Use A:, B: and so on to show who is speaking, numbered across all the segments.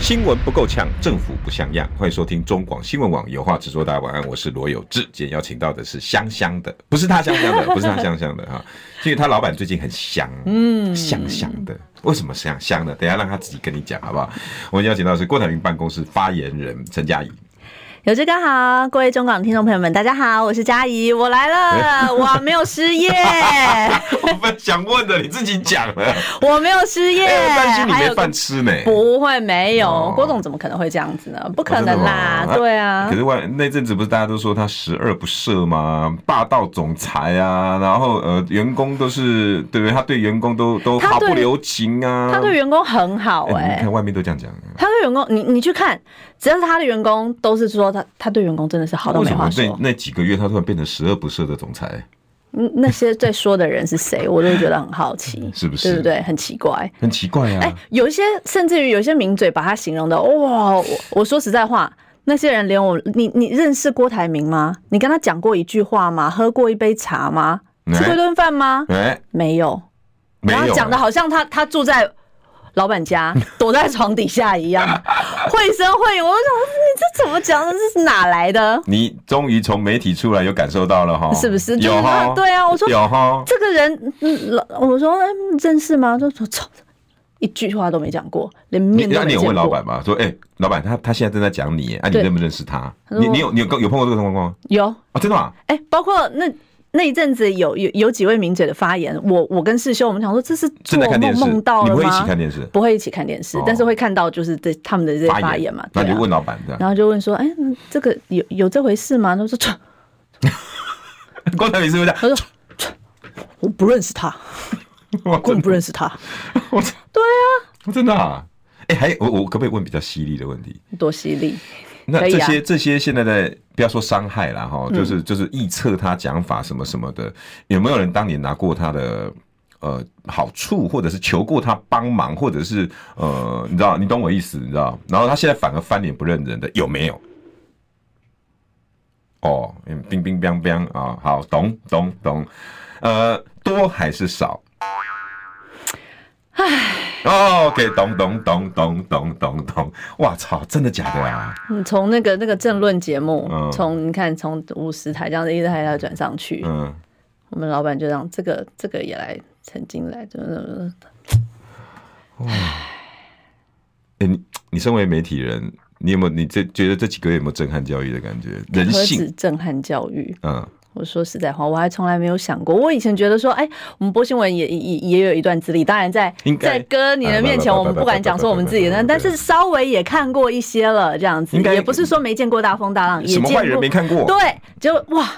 A: 新闻不够呛，政府不像样。欢迎收听中广新闻网有话直说，大家晚安，我是罗有志。今天邀请到的是香香的，不是他香香的，不是他香香的 哈，因为他老板最近很香，嗯，香香的。为什么香香的？等一下让他自己跟你讲好不好？我们邀请到的是郭台铭办公室发言人陈嘉 怡。
B: 有志刚好，各位中港听众朋友们，大家好，我是嘉怡，我来 了，哇，没有失业，
A: 我们想问的你自己讲 了，
B: 我没有失业，
A: 哎我担心你
B: 还
A: 没
B: 有个
A: 饭吃呢。
B: 不会没有、
A: 哦
B: 郭总怎么可能会这样子呢？不
A: 哦
B: 可
A: 真的
B: 能啦，
A: 吗
B: 对啊
A: 可，是外那阵子不是大家都说他十恶不赦吗？霸道总裁啊，然后呃，员工都是对不对？他对员工都都
B: 他
A: 毫
B: 对
A: 不留情啊。
B: 他对员工很好哎、
A: 哎你看外面都这样讲，
B: 他对员工，你你去看，只要是他的员工，都是说他他对员工真的是好到
A: 为
B: 没
A: 什
B: 话
A: 么
B: 说
A: 那。那几个月他突然变成十恶不赦的总裁？
B: 嗯那些在说的人是谁，我都觉得很好奇，
A: 是不是
B: 对不对？很奇怪。
A: 很奇怪啊。
B: 哎、有一些甚至于有一些名嘴把他形容的，哇！我我说实在话，那些人连我，你你认识郭台铭吗？你跟他讲过一句话吗？喝过一杯茶吗？吃过一顿饭吗？
A: 哎、
B: 没有。
A: 没
B: 然
A: 有
B: 后
A: 哎
B: 讲的好像他他住在老板 家，躲在床底下一样，绘声绘影。我就想说，你这怎么讲的？这是哪来的？
A: 你终于从媒体出来有感受到了哈，
B: 是不是就是
A: 哦有哈
B: 他，对啊我说
A: 有哈，
B: 这个人，嗯，老我说嗯认识吗？就说操，一句话都没讲过，连
A: 你
B: 面都
A: 那你
B: 没
A: 有
B: 见过。
A: 问老板吗？说，哎、老板，他他现在正在讲你，啊，你
B: 对
A: 认不认识他？
B: 他说
A: 你你有你有有碰过这个状况吗？
B: 有
A: 啊，真的吗？
B: 哎、包括那那一阵子有有有几位名嘴的发言，我我跟世修我们想说这是做
A: 正在看电
B: 梦
A: 视，
B: 梦到
A: 你
B: 了
A: 不
B: 吗？
A: 会一起看电视？
B: 不会一起看电视，
A: 哦
B: 但是会看到就是这他们的这些发言嘛，
A: 那
B: 对
A: 你
B: 啊
A: 就。问老板 这样。
B: 然后就问说，哎、嗯这个有有这回事吗？他说，唰
A: 郭台铭是不是这样？
B: 他说，唰我不认识他，
A: 我
B: 我根本不认识他，
A: 我真的啊？哎、还有我我可不可以问比较犀利的问题？
B: 多犀利。
A: 那
B: 可以
A: 这
B: 啊嗯
A: 些、这些现在在不要说伤害啦，哈，就是就是臆测他讲法什么什么的，有没有人当年拿过他的呃好处，或者是求过他帮忙，或者是呃，你知道，你懂我意思，你知道？然后他现在反而翻脸不认人的，有没有？哦，嗯，冰冰冰冰啊，好，懂懂懂，呃，多还是少？唉，哦，OK，懂懂懂懂懂懂懂，哇操，真的假的啊？
B: 嗯，从那个那个政论节目
A: 嗯，
B: 从、你看从五十台这样子一直台台转上去，
A: 嗯，
B: 我们老板就让这个这个也来，曾经来，怎么怎么怎么，
A: 哎、你你身为媒体人，你有没有你这觉得这几个月有没有震撼教育的感觉？人
B: 何
A: 性
B: 止，震撼教育，
A: 嗯，
B: 我说实在话，我还从来没有想过。我以前觉得说，哎，我们播新闻也也也有一段资历，当然在
A: 应该
B: 在哥你的面前，
A: 啊
B: 我们不敢讲说我们自己的，
A: 不不不不不不不
B: 但是稍微也看过一些了，这样子
A: 应该
B: 也不是说没见过大风大浪，也
A: 什
B: 见
A: 么
B: 过
A: 坏人没看过？
B: 对，就哇，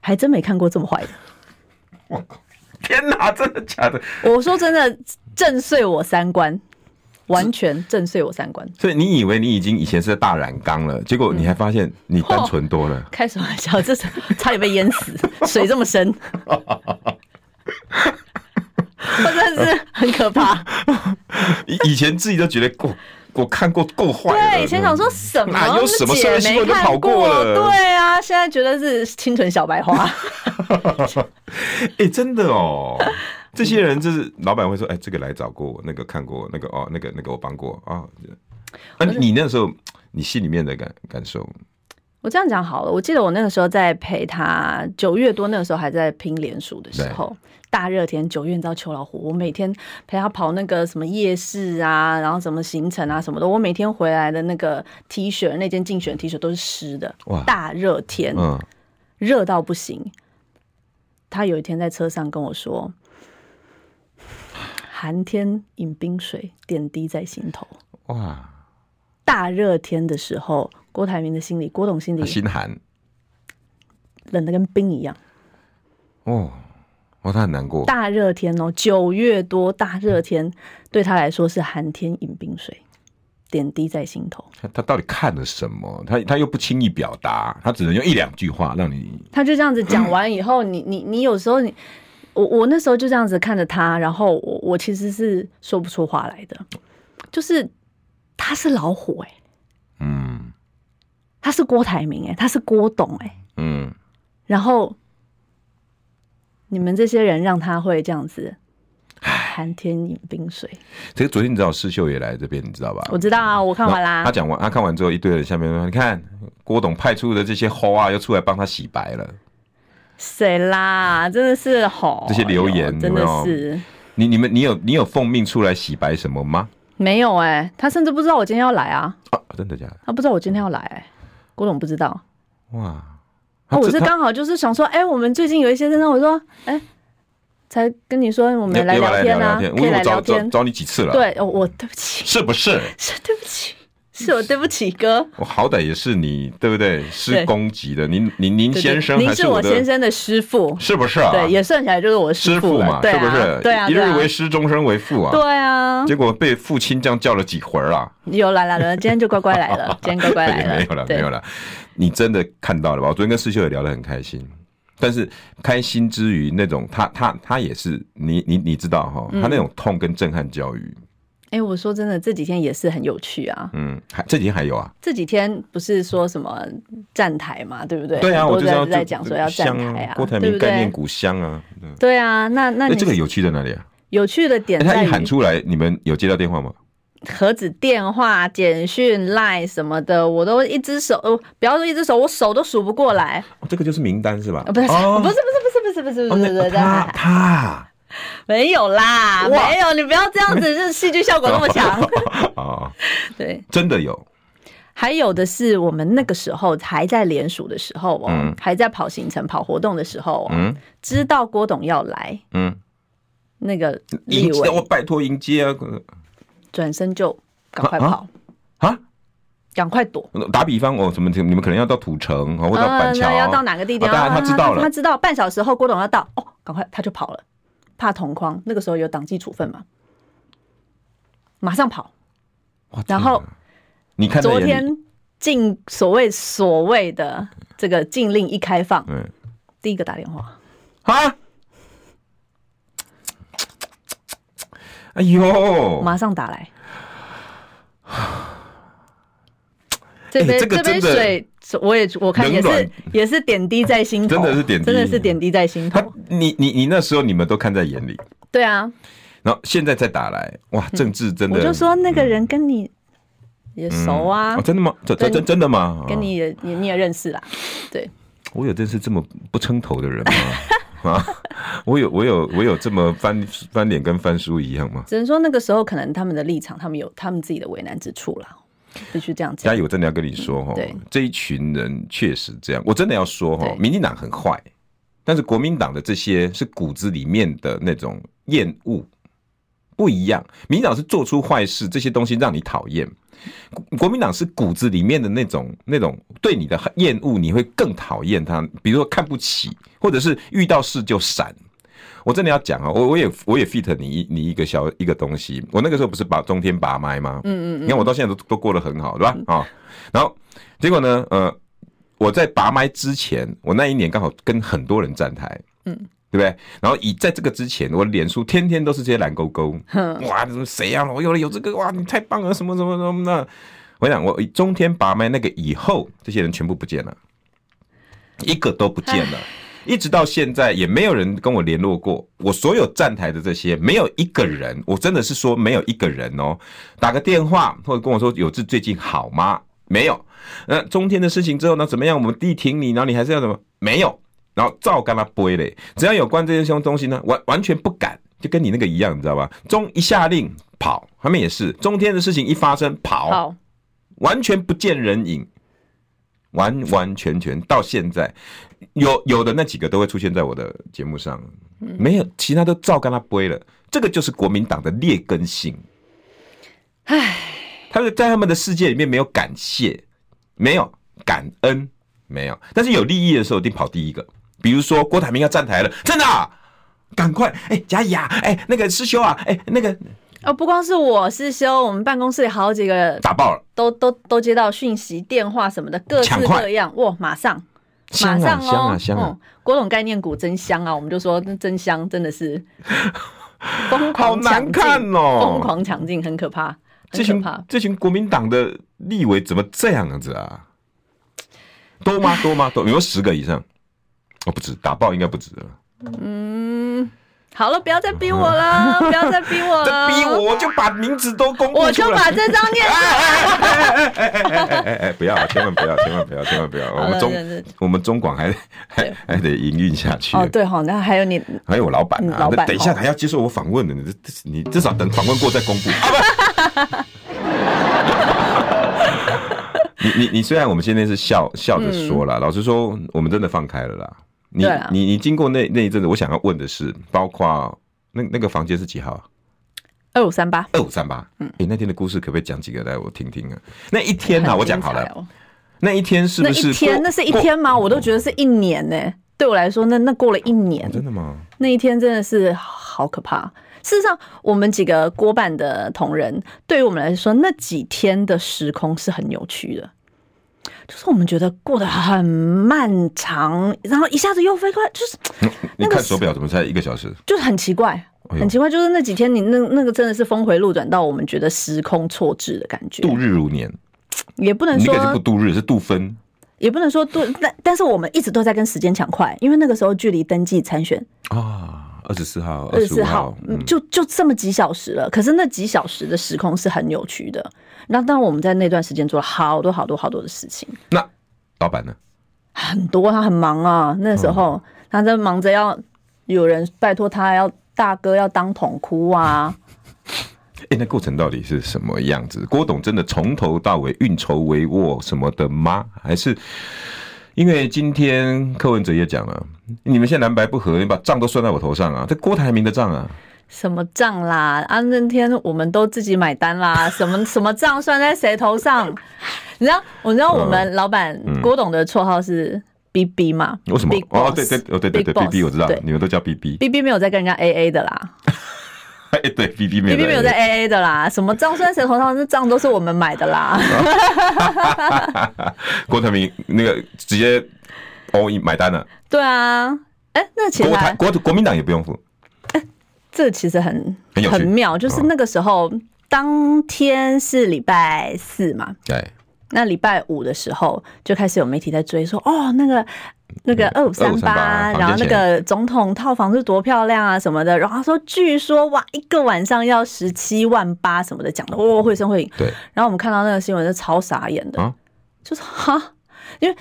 B: 还真没看过这么坏的。
A: 天哪，真的假的？
B: 我说真的，震碎我三观，完全震碎我三观。
A: 所以你以为你已经以前是在大染缸了，结果你还发现你单纯多了。
B: 开什么玩笑？这是差点被淹死，水这么深，我真的是很可怕。
A: 以、以前自己都觉得够，我看过够坏了。
B: 嗯对，以前想说 什么？
A: 哪有什么
B: 我们
A: 社会
B: 姐
A: 新闻
B: 没
A: 都跑
B: 看
A: 过了
B: 对啊，现在觉得是清纯小白花。
A: 哎、真的哦，这些人就是老板会说，哎、这个来找过我，那个看过我，那个哦，那个那个我帮过啊。啊，你你那时候你心里面的感感受，
B: 我这样讲好了，我记得我那个时候在陪他，九月多那个时候还在拼联署的时候，大热天九月，你知道秋老虎，我每天陪他跑那个什么夜市啊，然后什么行程啊什么的，我每天回来的那个 T 恤，那件竞选 T 恤都是湿的
A: 哇，
B: 大热天，
A: 嗯，
B: 热到不行。他有一天在车上跟我说：“寒天饮冰水，点滴在心头。
A: 哇，
B: 大热天的时候，郭台铭的心里，郭董心里
A: 他心寒。
B: 冷的跟冰一样。
A: 哦，哦，他很难过。
B: 大热天哦，九月多大热天，对他来说是寒天饮冰水。点滴在心头。
A: 他他到底看了什么？他他又不轻易表达，他只能用一两句话让你
B: 他就这样子讲完以后，你你你有时候你我我那时候就这样子看着他，然后我我其实是说不出话来的，就是他是老虎哎、
A: 嗯
B: 他是郭台铭哎、他是郭董哎、
A: 嗯
B: 然后你们这些人让他会这样子寒天饮冰水。
A: 这个昨天你知道施秀也来这边，你知道吧？
B: 我知道啊，我看完啦
A: 他。讲完，他看完之后，一堆人下面说：“你看郭董派出的这些猴啊，又出来帮他洗白了。
B: 谁啦？真的是吼，
A: 这些留言
B: 哎呦真的
A: 有没有
B: 是
A: 你”你们，你有你有奉命出来洗白什么吗？
B: 没有哎、他甚至不知道我今天要来啊，
A: 啊，真的假的？
B: 他不知道我今天要来、哎郭董不知道。
A: 哇！
B: 哦
A: 他
B: 我
A: 这
B: 是
A: 他
B: 刚好就是想说，哎、我们最近有一些真的，我说，哎、才跟你说我
A: 你
B: 们
A: 要
B: 来
A: 你要不要来
B: 天
A: 聊
B: 啊，
A: 天，
B: 可以
A: 因为
B: 来
A: 我找
B: 聊
A: 找
B: 天。
A: 找你几次了，，
B: 对，哦，我对不起，
A: 是不是？
B: 是对不起，是我对不起哥。
A: 我好歹也是你，对不对？是
B: 对
A: 公级的，您您您
B: 对对
A: 先生
B: 您
A: 还
B: 是
A: 我
B: 我
A: 的，
B: 先生的师傅，
A: 是不是啊？
B: 对，也算起来就是我
A: 师
B: 傅
A: 父
B: 了，
A: 嘛，
B: 对
A: 是不
B: 啊，
A: 是？
B: 对啊，
A: 一
B: 对
A: 日
B: 啊
A: 为师，终身为父啊。
B: 对啊，
A: 结果被父亲这样叫了几回儿啊？
B: 有来来了，今天就乖乖来 了，今天乖乖来
A: 也
B: 了，
A: 没有了，
B: 对
A: 没有了。你真的看到了吧？我昨天跟师秀也聊得很开心，但是开心之余，那种他他他也是你你你知道哈，
B: 嗯
A: 他那种痛跟震撼教育，
B: 哎、我说真的，这几天也是很有趣啊。
A: 嗯，还这几天还有啊？
B: 这几天不是说什么站台嘛，对不对？
A: 对啊，我
B: 很多
A: 就知道
B: 人在
A: 就
B: 讲说要站
A: 香
B: 台啊，
A: 郭台
B: 对
A: 铭
B: 不
A: 概念
B: 对？
A: 股香啊。对
B: 对啊，那那
A: 哎，
B: 你
A: 这个有趣在哪里啊？
B: 有趣的点
A: 哎他
B: 在
A: 一
B: 于
A: 喊出来，你们有接到电话吗？
B: 何止电话、简讯、赖什么的，我都一只手，呃不要说一只手，我手都数不过来。
A: 哦这个就是名单是吧？
B: 呃不是，
A: 哦
B: 不是，不是，不是，不是，不
A: 哦
B: 是，不
A: 那
B: 是，不是，
A: 他他
B: 没有啦，
A: 哇
B: 没有，你不要这样子，就是戏剧效果那么强。
A: 啊，
B: 对，
A: 真的有，
B: 还有的是，我们那个时候还在联署的时候哦，
A: 嗯
B: 还在跑行程、跑活动的时候、哦，
A: 嗯
B: 知道郭董要来，
A: 嗯，
B: 那个立
A: 迎接我
B: 委
A: 拜托迎接啊
B: 转身就赶快跑，
A: 啊！
B: 赶、快躲。
A: 打比方哦，什么你们可能要到土城哦，或到板桥，
B: 啊那要到哪个地点？
A: 哦当然
B: 啊
A: 他知道了
B: 他知道半小时后郭董要到，哦，赶快他就跑了，怕同框。那个时候有党纪处分嘛，马上跑。
A: 哇
B: 然后
A: 天哪你看在
B: 昨
A: 嗯眼里，
B: 天禁所谓所谓的这个禁令一开放，
A: 嗯
B: 第一个打电话，
A: 啊，哎呦，
B: 马上打 来。
A: 哎
B: 这杯、
A: 这个
B: 杯
A: 真的
B: 水，我也我看也
A: 冷
B: 是
A: 暖
B: 也是点滴在心头，
A: 真的是点滴
B: 真的是点滴在心
A: 他
B: 头。
A: 你你你那时候你们都看在眼里，
B: 对啊，
A: 然后现在再打来，哇，政治真的，
B: 嗯我就说那个人跟你也
A: 嗯
B: 熟啊，
A: 哦真的吗？这这
B: 跟
A: 真真的吗？
B: 跟
A: 啊
B: 你也你你也认识啦，对，
A: 我有认识这么不称头的人吗？ 啊，我有我有我有这么翻翻脸跟翻书一样吗？
B: 只能说那个时候可能他们的立场，他们有他们自己的为难之处啦，必须这样
A: 嘉
B: 讲
A: 义，。我真的要跟你说哦哈
B: 对，
A: 这一群人确实这样，我真的要说哈
B: 对，
A: 民进党很坏，但是国民党的这些是骨子里面的那种厌恶。不一样，民进党是做出坏事，这些东西让你讨厌；国国民党是骨子里面的那种那种对你的厌恶，你会更讨厌他。比如说看不起，或者是遇到事就闪。我真的要讲啊，我我也我也 fit 你一你一个小一个东西。我那个时候不是把中天拔麦吗？嗯嗯你看我到现在都都过得很好，对吧？啊、然后结果呢，呃，我在拔麦之前，我那一年刚好跟很多人站台，对不对？然后以在这个之前，我脸书天天都是这些蓝勾勾，哇，什么谁呀、我有了有这个，哇，你太棒了，什么什么什么的。我想，我中天拔麦那个以后，这些人全部不见了，一个都不见了，一直到现在也没有人跟我联络过。我所有站台的这些，没有一个人，我真的是说没有一个人哦，打个电话或者跟我说有志最近好吗？没有。那中天的事情之后呢，怎么样？我们力挺你，然后你还是要怎么？没有。然后照跟他背嘞，只要有关这些东东西呢，完完全不敢，就跟你那个一样，你知道吧？中一下令跑，他们也是中天的事情一发生跑，
B: 好，
A: 完全不见人影，完完全全到现在，有有的那几个都会出现在我的节目上，没有其他都照跟他背了，这个就是国民党的劣根性。唉，他们在他们的世界里面没有感谢，没有感恩，没有，但是有利益的时候一定跑第一个。比如说郭台铭要站台了，真的啊、赶快！哎、贾乙啊，哎、那个师兄啊，哎、那个
B: 哦，不光是我是修，我们办公室里好几个
A: 打爆了，
B: 都都都接到讯息、电话什么的，各式
A: 抢快
B: 各样。哇，马上，马
A: 香啊
B: 上哦，
A: 香啊香啊
B: 嗯，郭董概念股真香啊！我们就说真香，真 的是疯
A: 好
B: 狂
A: 难
B: 抢进，
A: 看
B: 疯
A: 哦！
B: 狂抢进，很可怕，
A: 这
B: 很可
A: 群
B: 怕。
A: 这群国民党的立委怎么这样子啊？多吗？多吗？多有没有十个以上？哦，不止，打爆应该不止了。
B: 嗯，好了，不要再逼 我了，不要再逼我
A: 这
B: 了，
A: 逼我，我就把名字都公布出来。
B: 呃我就把这 张念出来。
A: 哎哎哎，不要，千万不要，千万不要，千万不要！ 我
B: 好
A: 们
B: 了
A: 中
B: 对对对
A: 我们中广还还
B: 对
A: 还得营运下去。
B: 哦，对哈、那还有你
A: 还有我老板
B: 嗯
A: 啊，
B: 老板
A: 那等一下
B: 哦
A: 还要接受我访问的，你这你至少等访问过再公布。 啊不你你你虽然我们现在是笑笑着说了，老实说，我们真的放开了啦。你
B: 嗯对啊
A: 你你经过那那一阵子，我想要问的是，包括那那个房间是几号啊？
B: 二五三八，
A: 二五三八。嗯，哎，那天的故事可不可以讲几个来我听听啊？那一天啊，我讲好
B: 很精彩
A: 了，
B: 哦
A: 那一天是
B: 那
A: 不是
B: 一天
A: 过
B: 那是一
A: 过
B: 天吗？我都觉得是一年呢、对我来说，那那过了一年
A: 哦，真的吗？
B: 那一天真的是好可怕。事实上，我们几个郭办的同仁，对于我们来说，那几天的时空是很扭曲的，就是我们觉得过得很漫长，然后一下子又飞快，就是
A: 你
B: 那个
A: 看
B: 是
A: 手表怎么才一个小时？
B: 就是很奇怪，
A: 哎呦
B: 很奇怪，就是那几天你那那个真的是峰回路转到我们觉得时空错置的感觉，
A: 度日如年，
B: 也不能
A: 你那
B: 啊说
A: 个是不度日，是度分。
B: 也不能说对，但但是我们一直都在跟时间抢快，因为那个时候距离登记参选
A: 啊，二十四号、
B: 二
A: 二
B: 十
A: 十
B: 四
A: 五
B: 号
A: 号，，
B: 嗯就就这么几小时了。可是那几小时的时空是很扭曲的。那当然我们在那段时间做了好多好多好多的事情，
A: 那老板呢？
B: 很多他很忙啊，那时候
A: 哦
B: 他在忙着要有人拜托他要大哥要当桶哭啊，
A: 哎、那过程到底是什么样子？郭董真的从头到尾运筹帷幄什么的吗？还是因为今天柯文哲也讲了，你们现在蓝白不合，你把账都算在我头上啊，这郭台铭的账啊，
B: 什么账啦啊那天我们都自己买单啦， 什么什么账算在谁头上？ 你知道我
A: 嗯
B: 知道我们老板郭董的绰号是 B B 嘛？
A: 为什么
B: Big？
A: 哦，
B: Boss，
A: 对对哦，对对对
B: Big
A: ，B B 我
B: Boss，
A: 知道
B: 对，
A: 你们都叫 B B，
B: B B 没有在跟人家 A A 的啦。
A: 哎，对，B B 没
B: B
A: 有
B: B 没有在 A A 的啦，什么账算谁头上，那账都是我们买的 啦。
A: 郭台铭那个直接 all in 买单了，
B: 对啊，哎，那其实
A: 国台
B: 还
A: 国国民党也不用付，
B: 这其实很
A: 很有趣嗯
B: 妙，就是那个时候、当天是礼拜四嘛，
A: 哎，
B: 那礼拜五的时候就开始有媒体在追说，哦，那个。那
A: 嗯
B: 个二五三八，
A: 2538
B: 然后那个总统套房是多漂亮啊什么的，然后他说据说哇一个晚上要十七万八什么的，讲的哦绘声绘影。
A: 对
B: 然后我们看到那个新闻是超傻眼的，
A: 啊，
B: 就是哈，因为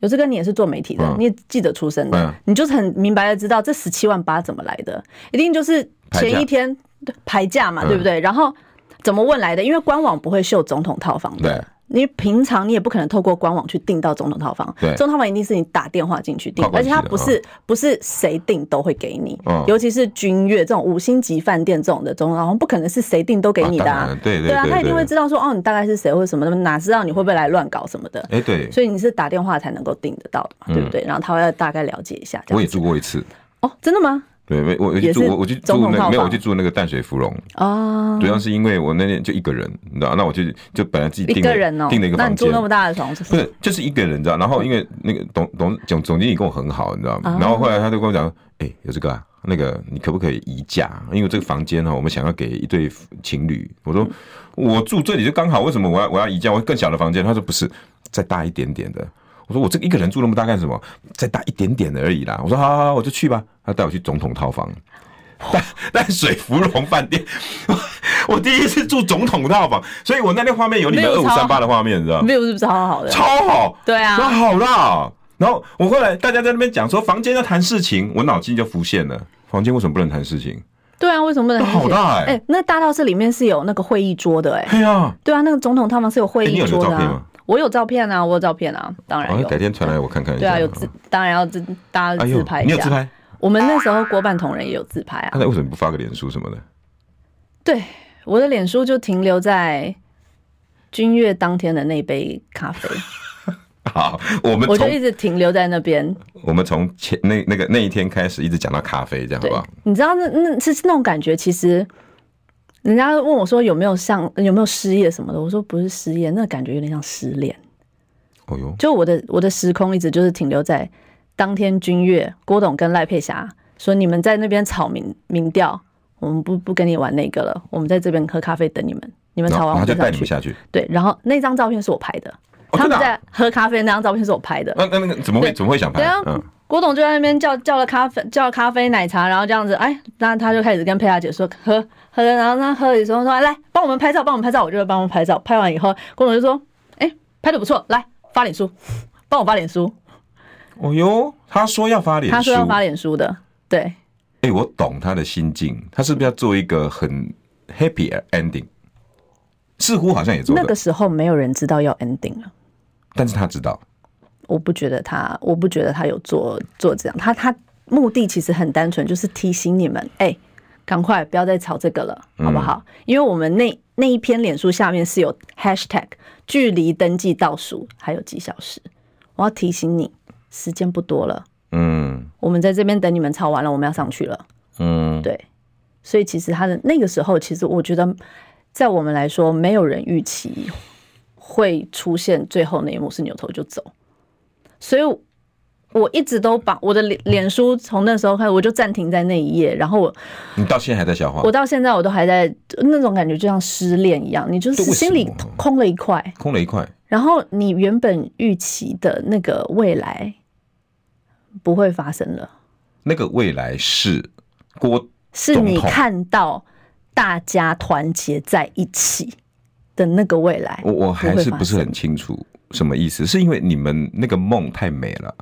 B: 有这个你也是做媒体的，
A: 嗯
B: 你也记者出身的，
A: 嗯
B: 你就是很明白的知道这十七万八怎么来的，一定就是前一天对排价嘛，
A: 嗯
B: 对不对？然后怎么问来的？因为官网不会秀总统套房的。因为平常你也不可能透过官网去订到总统套房，
A: 对
B: 总统套房一定是你打电话进去订
A: 靠，关
B: 而且
A: 系
B: 它
A: 的
B: 不是、不是谁订都会给你，
A: 嗯
B: 尤其是君悦这种五星级饭店这种的总统套房，不可能是谁订都给你的、
A: 啊当然对对
B: 啊，
A: 对
B: 他一定
A: 对
B: 会知道说哦，你大概是谁或者什么的，哪知道你会不会来乱搞什么的。
A: 哎，对，嗯
B: 所以你是打电话才能够订得到的嘛，对不对？然后他会大概了解一下。这
A: 我
B: 样
A: 也
B: 子
A: 住过一次。
B: 哦，真的吗？
A: 对，没我我去
B: 也
A: 住
B: 是
A: 我我去
B: 总
A: 住
B: 统
A: 那
B: 套
A: 没有我
B: 房
A: 去住那个淡水芙蓉，
B: 哦，
A: 主要是因为我那天就一个人，你知道，那我就就本来自己
B: 一
A: 订
B: 个
A: 了
B: 人哦，
A: 订了一个
B: 那你
A: 房
B: 住
A: 间
B: 那，么大的床，就
A: 不
B: 是
A: 是就是一个人，你知道，然后因为那个董董总总经理跟我很好，你知道
B: 啊
A: 吗？然后后来他就跟我讲，哎，有这个啊，那个你可不可以移价？因为这个房间哈，我们想要给一对情侣，我说
B: 嗯
A: 我住这里就刚好，为什么我要我要移价？我更小的房间？他说不是，再大一点点的。我说我这个一个人住那么大干什么？再大一点点的而已啦。我说好好好，我就去吧。他带我去总统套 房。淡水芙蓉饭店， 我第一次住总统套房，所以我那天画面有你们二
B: view
A: 五
B: 超
A: 三
B: 好
A: 八的画面，你知道吗？
B: view 是不是超好的？
A: 超好，
B: 对
A: 那
B: 啊，
A: 好啦。然后我后来大家在那边讲说房间要谈事情，我脑筋就浮现了，房间为什么不能谈事情？
B: 对啊，为什么不能
A: 那好大哎
B: 哎，那大到这里面是有那个会议桌的哎，
A: 哎呀，
B: 对啊，那个总统套房是有会
A: 哎你
B: 议
A: 有留
B: 桌的
A: 照片
B: 啊
A: 吗。
B: 我有照片啊，我有照片啊，当然
A: 好
B: 有
A: 改。天传来我看看一下。
B: 对啊，有自，当然要自，大家
A: 哎
B: 自
A: 呦
B: 拍，一
A: 你有自
B: 下。
A: 拍？
B: 我们那时候国办同仁也有自拍啊
A: 那。为什么不发个脸书什么的？
B: 对，我的脸书就停留在君悦当天的那杯 咖啡，
A: 好，我们
B: 我就
A: 从
B: 一直停留在那边。
A: 我们从前那那个那一天开始，一直讲到咖啡，这样好
B: 对
A: 不好？，
B: 你知道那那是那种感觉，其实人家问我说有没有像有没有失业什么的，我说不是失业，那感觉有点像失恋。
A: 哦哟，
B: 就我的我的时空一直就是停留在当天君越、郭董跟赖佩霞说你们在那边炒民民调，我们不不跟你玩那个了，我们在这边喝咖啡等你们，你们
A: 哦然
B: 炒
A: 后
B: 完我
A: 他
B: 们
A: 就带你
B: 去
A: 们。下去。
B: 对，然后那张照片是我拍的，
A: 哦
B: 他
A: 真的
B: 们
A: 啊
B: 在喝咖啡那张照片是我拍的。
A: 那那那个怎么会
B: 对
A: 怎么会想拍
B: 对啊？
A: 嗯，
B: 郭董就在那边叫叫了咖啡，叫了咖啡奶茶，然后这样子，哎，那他就开始跟佩雅姐说喝喝，然后他喝了以后说来帮我们拍照，帮我们拍照，我就会帮我们拍照。拍完以后，郭董就说，哎，拍的不错，来发脸书，帮我发脸书。
A: 哦哟，他说要发脸书，
B: 他说要发脸书的，对，
A: 哎、我懂他的心境，他是不是要做一个很 happy ending？似乎好像也做了，
B: 那个时候没有人知道要 ending 了。
A: 但是他知道，
B: 我不觉得他，我不觉得他有做做这样，他他目的其实很单纯，就是提醒你们，哎、赶快不要再吵这个了，好不好？因为我们那那一篇脸书下面是有 hashtag 距离登记倒数还有几小时，我要提醒你，时间不多了，
A: 嗯
B: 我们在这边等你们吵完了，我们要上去了。
A: 嗯，
B: 对，所以其实他的那个时候，其实我觉得，在我们来说，没有人预期会出现最后那一幕是扭头就走，所以我一直都把我的脸脸书从那时候开始，我就暂停在那一页，然后我
A: 你到现在还在消化
B: 我，到现在我都还在那种感觉，就像失恋一样，你就是
A: 对为什
B: 心里
A: 么
B: 空了一块，
A: 空了一块，
B: 然后你原本预期的那个未来不会发生了。
A: 那个未来是郭
B: 是
A: 总
B: 你
A: 统
B: 看到大家团结在一起的那个未来。
A: 我我还
B: 会
A: 是
B: 发
A: 不是很清楚什么意思？是因为你们那个梦太美了，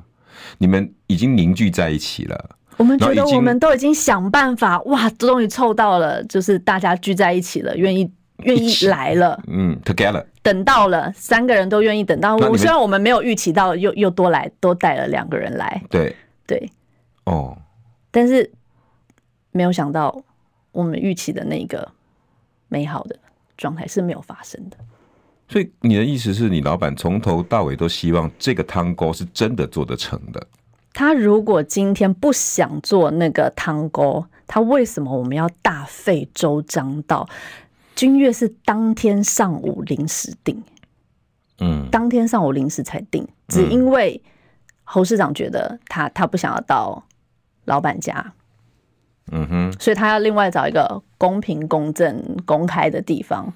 A: 你们已经凝聚在一起了，
B: 我们
A: 然
B: 觉
A: 后
B: 得
A: 已经
B: 我们都已经想办法，哇，终于凑到了，就是大家聚在一起了，愿意愿
A: 一
B: 意
A: 起
B: 来了，
A: 嗯，together，
B: 等到了，三个人都愿意等到。
A: 那你
B: 我
A: 们
B: 虽然我们没有预期到又又多来多带了两个人来，
A: 对，
B: 对，
A: 哦，
B: 但是没有想到我们预期的那个美好的状态是没有发生的。
A: 所以你的意思是你老板从头到尾都希望这个汤锅是真的做得成的，
B: 他如果今天不想做那个汤沟，他为什么我们要大费周章到？君越是当天上午临时定，
A: 嗯，
B: 当天上午临时才定，只因为侯市长觉得他他不想要到老板家，
A: 嗯哼，
B: 所以他要另外找一个公平、公正、公开的地方。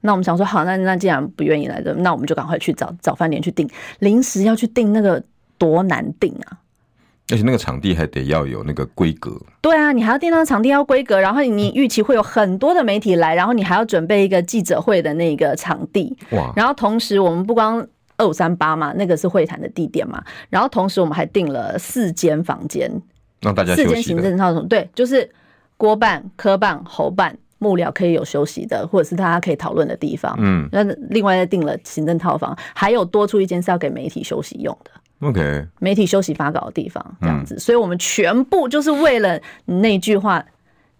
B: 那我们想说，好，那那既然不愿意来的，那我们就赶快去找找饭店去订，临时要去订那个多难订啊！
A: 而且那个场地还得要有那个规格，
B: 对啊，你还要定到场地要规格，然后你预期会有很多的媒体来，然后你还要准备一个记者会的那个场地，
A: 哇，
B: 然后同时我们不光二五三八嘛，那个是会谈的地点嘛，然后同时我们还订了四间房间，
A: 让大家
B: 四
A: 休
B: 间
A: 息
B: 行
A: 的，
B: 政套房，对，就是国办、科办、侯办、幕僚可以有休息的，或者是大家可以讨论的地方。
A: 嗯
B: 那另外再订了行政套房，还有多出一间是要给媒体休息用的。
A: ，OK，
B: 媒体休息发稿的地方，
A: 嗯
B: 这样子，所以我们全部就是为了那句话，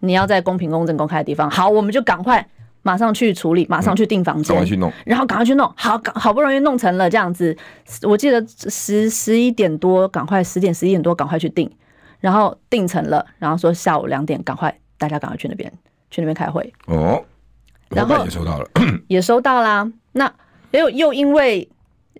B: 你要在公平、公正、公开的地方，好，我们就赶快马上去处理，马上去订房
A: 赶
B: 间，
A: 快去弄，
B: 然后赶快去弄，好，赶好不容易弄成了这样子，我记得十十一点多，赶快十点十一点多赶快去订，然后订成了，然后说下午两点赶快大家赶快去那边去那边开会，
A: 哦，老
B: 然后
A: 板也收到了，
B: 也收到啦。那又又因为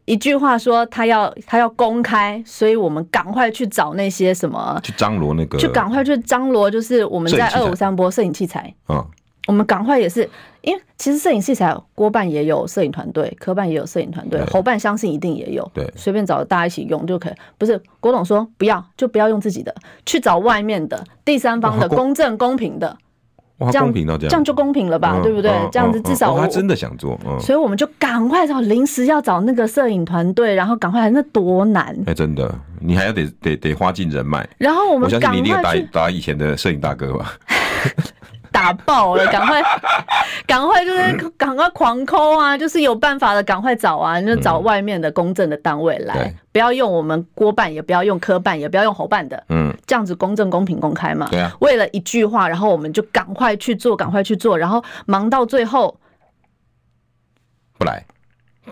B: 一句话说他要他要公开，所以我们赶快去找那些什么，
A: 去张罗那个，
B: 去赶快去张罗，就是我们在
A: 呃摄
B: 二
A: 影
B: 五
A: 器
B: 三波摄影器材，
A: 啊，
B: 我们赶快也是，因为其实摄影器材郭办也有摄影团队，科办也有摄影团队，
A: 对
B: 侯办相信一定也有，
A: 对
B: 随便找大家一起用就可以。不是郭董说不要，就不要用自己的，去找外面的第三方
A: 哇
B: 的
A: 公
B: 公正公平的，
A: 哇，
B: 这样
A: 公平到哦这
B: 这
A: 样，
B: 样就公平了吧，
A: 嗯
B: 对不对
A: 嗯？
B: 这样子
A: 嗯
B: 至少
A: 哦
B: 我
A: 他真的想做，嗯，
B: 所以我们就赶快找临时要找那个摄影团队，然后赶快来，那多难。
A: 哎，真的，你还要得得得花尽人脉。
B: 然后我
A: 我
B: 们
A: 相信你
B: 赶
A: 一定有
B: 快
A: 打
B: 去
A: 打以前的摄影大哥吧？
B: 打爆了，赶 快赶快就是赶快狂抠啊，就是有办法的赶快找啊，就找外面的公正的单位来
A: 嗯对，
B: 不要用我们郭办，也不要用科办，也不要用侯办的，
A: 嗯，
B: 这样子公正、公平、公开嘛。
A: 对啊，
B: 为了一句话，然后我们就赶快去做，赶快去做，然后忙到最后
A: 不来，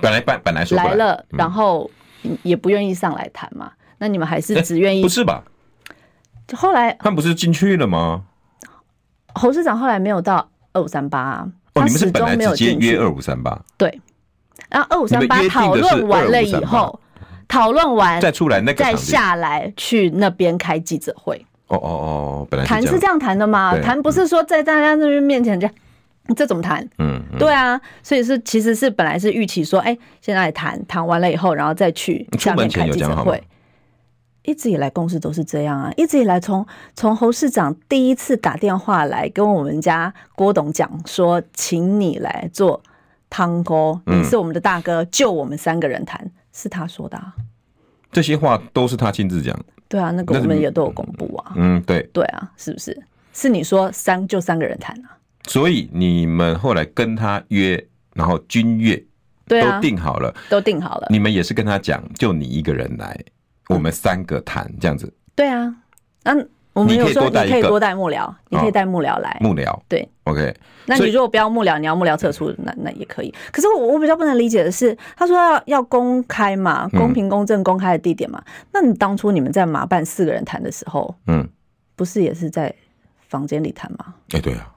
A: 本来本本来说不
B: 来了，
A: 嗯
B: 然后也不愿意上来谈嘛。那你们还是只愿意
A: 不是吧？
B: 后来
A: 他们不是进去了吗？
B: 侯市长后来没有到二二五三八，啊
A: 哦，
B: 他
A: 你们是
B: 始
A: 本来
B: 终没有
A: 直接
B: 进
A: 约
B: 去。
A: 二五三八，
B: 然后二五
A: 你
B: 三
A: 们
B: 八
A: 约定的是
B: 讨论完了以后，讨论完
A: 再出来那个
B: 再
A: 场地。
B: 下来去那边开记者会，
A: 哦哦哦，本来
B: 谈是
A: 这
B: 这
A: 样，
B: 样谈的嘛？
A: 对
B: 谈不是说在大家这边面前这样，这怎么谈？
A: 嗯，嗯
B: 对啊，所以是其实是本来是预期说，哎、现在谈谈完了以后，然后再去
A: 你出
B: 下面
A: 门前
B: 开
A: 有
B: 记
A: 讲
B: 者
A: 好吗
B: 会。一直以来共识都是这样啊，一直以来从从侯市长第一次打电话来跟我们家郭董讲说，请你来做汤哥，
A: 嗯
B: 你是我们的大哥，就我们三个人谈，是他说的啊。
A: 这些话都是他亲自讲。
B: 对啊，那个
A: 那
B: 我
A: 你
B: 们
A: 们
B: 也都有公布啊。
A: 嗯，对，
B: 对啊，是不是？是你说三就三个人谈啊？
A: 所以你们后来跟他约，然后军乐
B: 对
A: 都
B: 啊，
A: 定好了，
B: 都定好了。
A: 你们也是跟他讲，就你一个人来，我们三个谈这样子。
B: 对啊，那我们
A: 你
B: 有
A: 可以
B: 说
A: 多带
B: 你可
A: 一
B: 以
A: 个
B: 多带幕僚，你可以带幕僚来。
A: 幕僚，
B: 哎对
A: ，OK，
B: 那
A: 所
B: 你
A: 以
B: 如果不要幕僚，你要幕僚撤出，那那也可以。可是我我比较不能理解的是，他说要要公开嘛，
A: 嗯
B: 公平、公正、公开的地点嘛。那你当初你们在马办四个人谈的时候，
A: 嗯，
B: 不是也是在房间里谈吗？
A: 哎、对啊，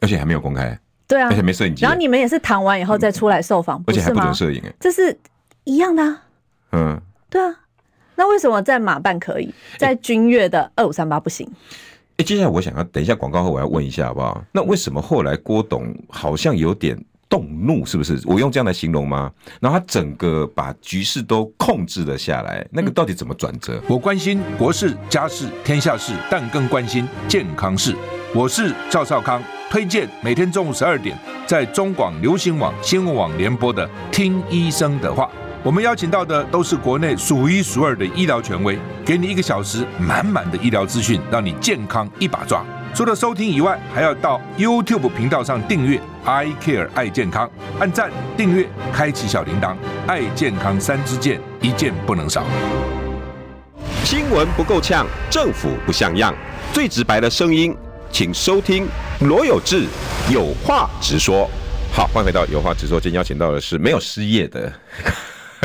A: 而且还没有公开，
B: 对啊
A: 而，且没摄影机，
B: 然后你们也是谈完以后再出来受访，
A: 哎嗯而且还
B: 是
A: 不
B: 吗
A: 准？摄影、哎，
B: 这是一样的、啊，
A: 嗯，
B: 对啊。那为什么在马办可以，在君悦的二五三八不行？
A: 哎、接下来我想要等一下广告后，我要问一下好不好？那为什么后来郭董好像有点动怒，是不是？我用这样来形容吗？然后他整个把局势都控制了下来，那
B: 嗯
A: 个到底怎么转折？
C: 我关心国事、家事、天下事，但更关心健康事。我是赵少康，推荐每天中午十二点在中广流行网、新闻网联播的《听医生的话》。我们邀请到的都是国内数一数二的医疗权威，给你一个小时满满的医疗资讯，让你健康一把抓。除了收听以外，还要到 YouTube 频道上订阅 “I Care 爱健康”，按赞、订阅、开启小铃铛，爱健康三支箭，一箭不能少。
D: 新闻不够呛，政府不像样，最直白的声音，请收听罗有志有话直说。
A: 好，欢迎回到有话直说，今天邀请到的是没有失业的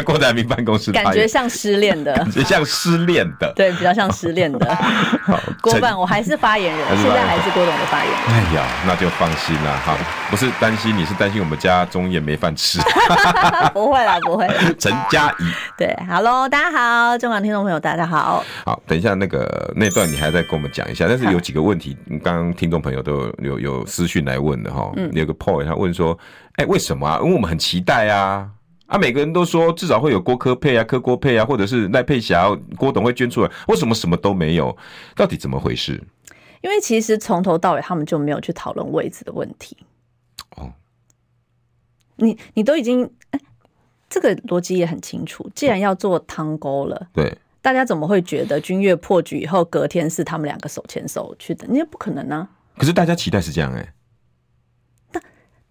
A: 郭台铭办公室
B: 感
A: 发
B: 觉
A: 言，
B: 像失恋 的，
A: 感觉像失恋的。
B: 对，比较像失恋的。
A: 好，
B: 郭
A: 陈
B: 办，我还是发言人
A: 还，是
B: 现
A: 发言人
B: 在还是郭董的发 言人。
A: 哎呀，那就放心啦。好，不是担心你，是担心我们家中夜没饭吃。
B: 啊不会啦，不会啦。
A: 陈嘉怡，
B: 对，Hello，大家好，中港听众朋友，大家好。
A: 好，等一下那个那段你还在跟我们讲一下，但是有几个问题，嗯刚刚听众朋友都有有有私讯来问的哈。
B: 嗯
A: 有个 Paul 他问说，哎、为什么啊？因为我们很期待啊。啊，每个人都说至少会有郭科配啊、柯郭配啊，或者是赖佩霞、郭董会捐出来，为什么什么都没有？到底怎么回事？
B: 因为其实从头到尾他们就没有去讨论位置的问题。
A: 哦，
B: 你你都已经，哎这个逻辑也很清楚。既然要做汤沟了，
A: 对，
B: 大家怎么会觉得君越破局以后隔天是他们两个手牵手去的？那不可能啊！
A: 可是大家期待是这样哎、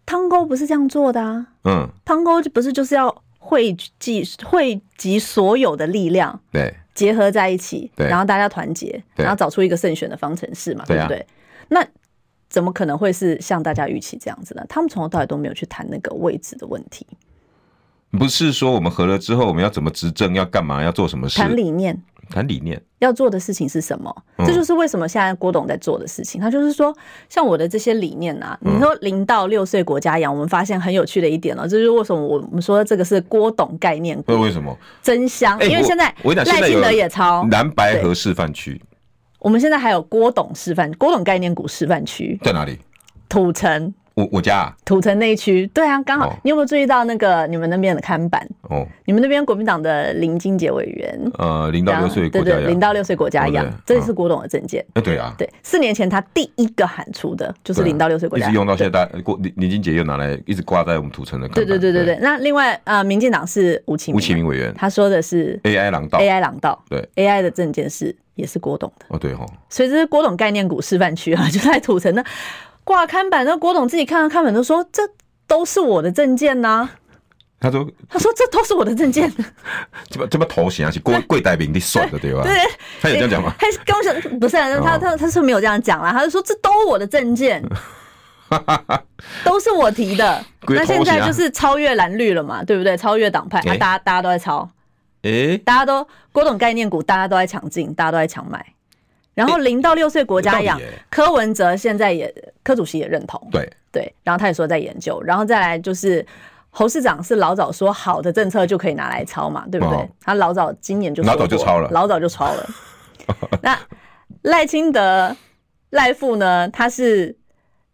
B: 汤沟不是这样做的啊！
A: 嗯，
B: 汤沟不是就是要汇集汇集所有的力量，
A: 对，
B: 结合在一起，
A: 对
B: 然后大家团结，
A: 对
B: 然后找出一个胜选的方程式嘛，
A: 对
B: 对
A: 啊
B: 不对？那怎么可能会是像大家预期这样子呢？他们从头到尾都没有去谈那个位置的问题，
A: 不是说我们合了之后我们要怎么执政，要干嘛，要做什么事，
B: 谈理念。
A: 谈理念，
B: 要做的事情是什么？
A: 嗯
B: 这就是为什么现在郭董在做的事情。他就是说，像我的这些理念啊，
A: 嗯
B: 你说零到六岁国家养，我们发现很有趣的一点哦，这就是为什么我们说这个是郭董概念股
A: 为为什么？
B: 真香，
A: 哎
B: 因为
A: 我
B: 现在
A: 我跟你讲现
B: 赖
A: 在有
B: 清德也超，
A: 南白河示范区
B: 我们现在还有郭董示范，郭董概念股示范区，
A: 在哪里？
B: 土城。
A: 我我家、啊、
B: 土城那一区，对啊，刚好、
A: 哦
B: 你有没有注意到那个你们那边的看板？
A: 哦，
B: 你们那边国民党的林金杰委员，
A: 呃，零到
B: 然
A: 六
B: 后
A: 岁
B: 对
A: 国家
B: 对，零
A: 养，
B: 到六岁国家养
A: 对不，对
B: 这是郭董的证件。
A: 哎，对啊，
B: 对，四年前他第一个喊出的就是
A: 对啊
B: 零到六岁国
A: 一
B: 家
A: 直
B: 养。
A: 用到现在，大郭林林金杰又拿来一直挂在我们土城的看
B: 对
A: 板，
B: 对对对对。，那另外呃，民进党是吴启
A: 吴启明
B: 明嘛，
A: 委员
B: 他说的是
A: AI 廊道，
B: AI 朗道，
A: 对
B: AI 的证件是也是郭董的，
A: 哦对吼，
B: 所以这是郭董概念股示范区啊，就在土城那挂看板，那郭董自己看到看板都说这都是我的证件呐、
A: 他说
B: 他说这都是我的证件。
A: 这么这么头衔啊，是 郭贵代名的算的对吧？
B: 对，
A: 他也这样讲吗？
B: 还是跟我想不是啊、
A: 哦
B: 他他他是没有这样讲啦，他就说这都我的证 件，都是我提的。
A: 鬼
B: 那
A: 偷袭啊
B: 现在就是超越蓝绿了嘛，对不对？超越党派，啊
A: 哎
B: 大家大家都在抄，
A: 哎，
B: 大家都郭董概念股，大家都在抢进，大家都在抢买。然后零到六岁国家
A: 哎有道
B: 养
A: 理耶，
B: 柯文哲现在也柯主席也认同，
A: 对，
B: 对，然后他也说在研究，然后再来就是侯市长是老早说好的政策就可以拿来抄嘛，对不对？
A: 哦
B: 他老早今年就说
A: 老早就
B: 过
A: 抄了
B: 老早就 抄了。那赖清德、赖富呢？他是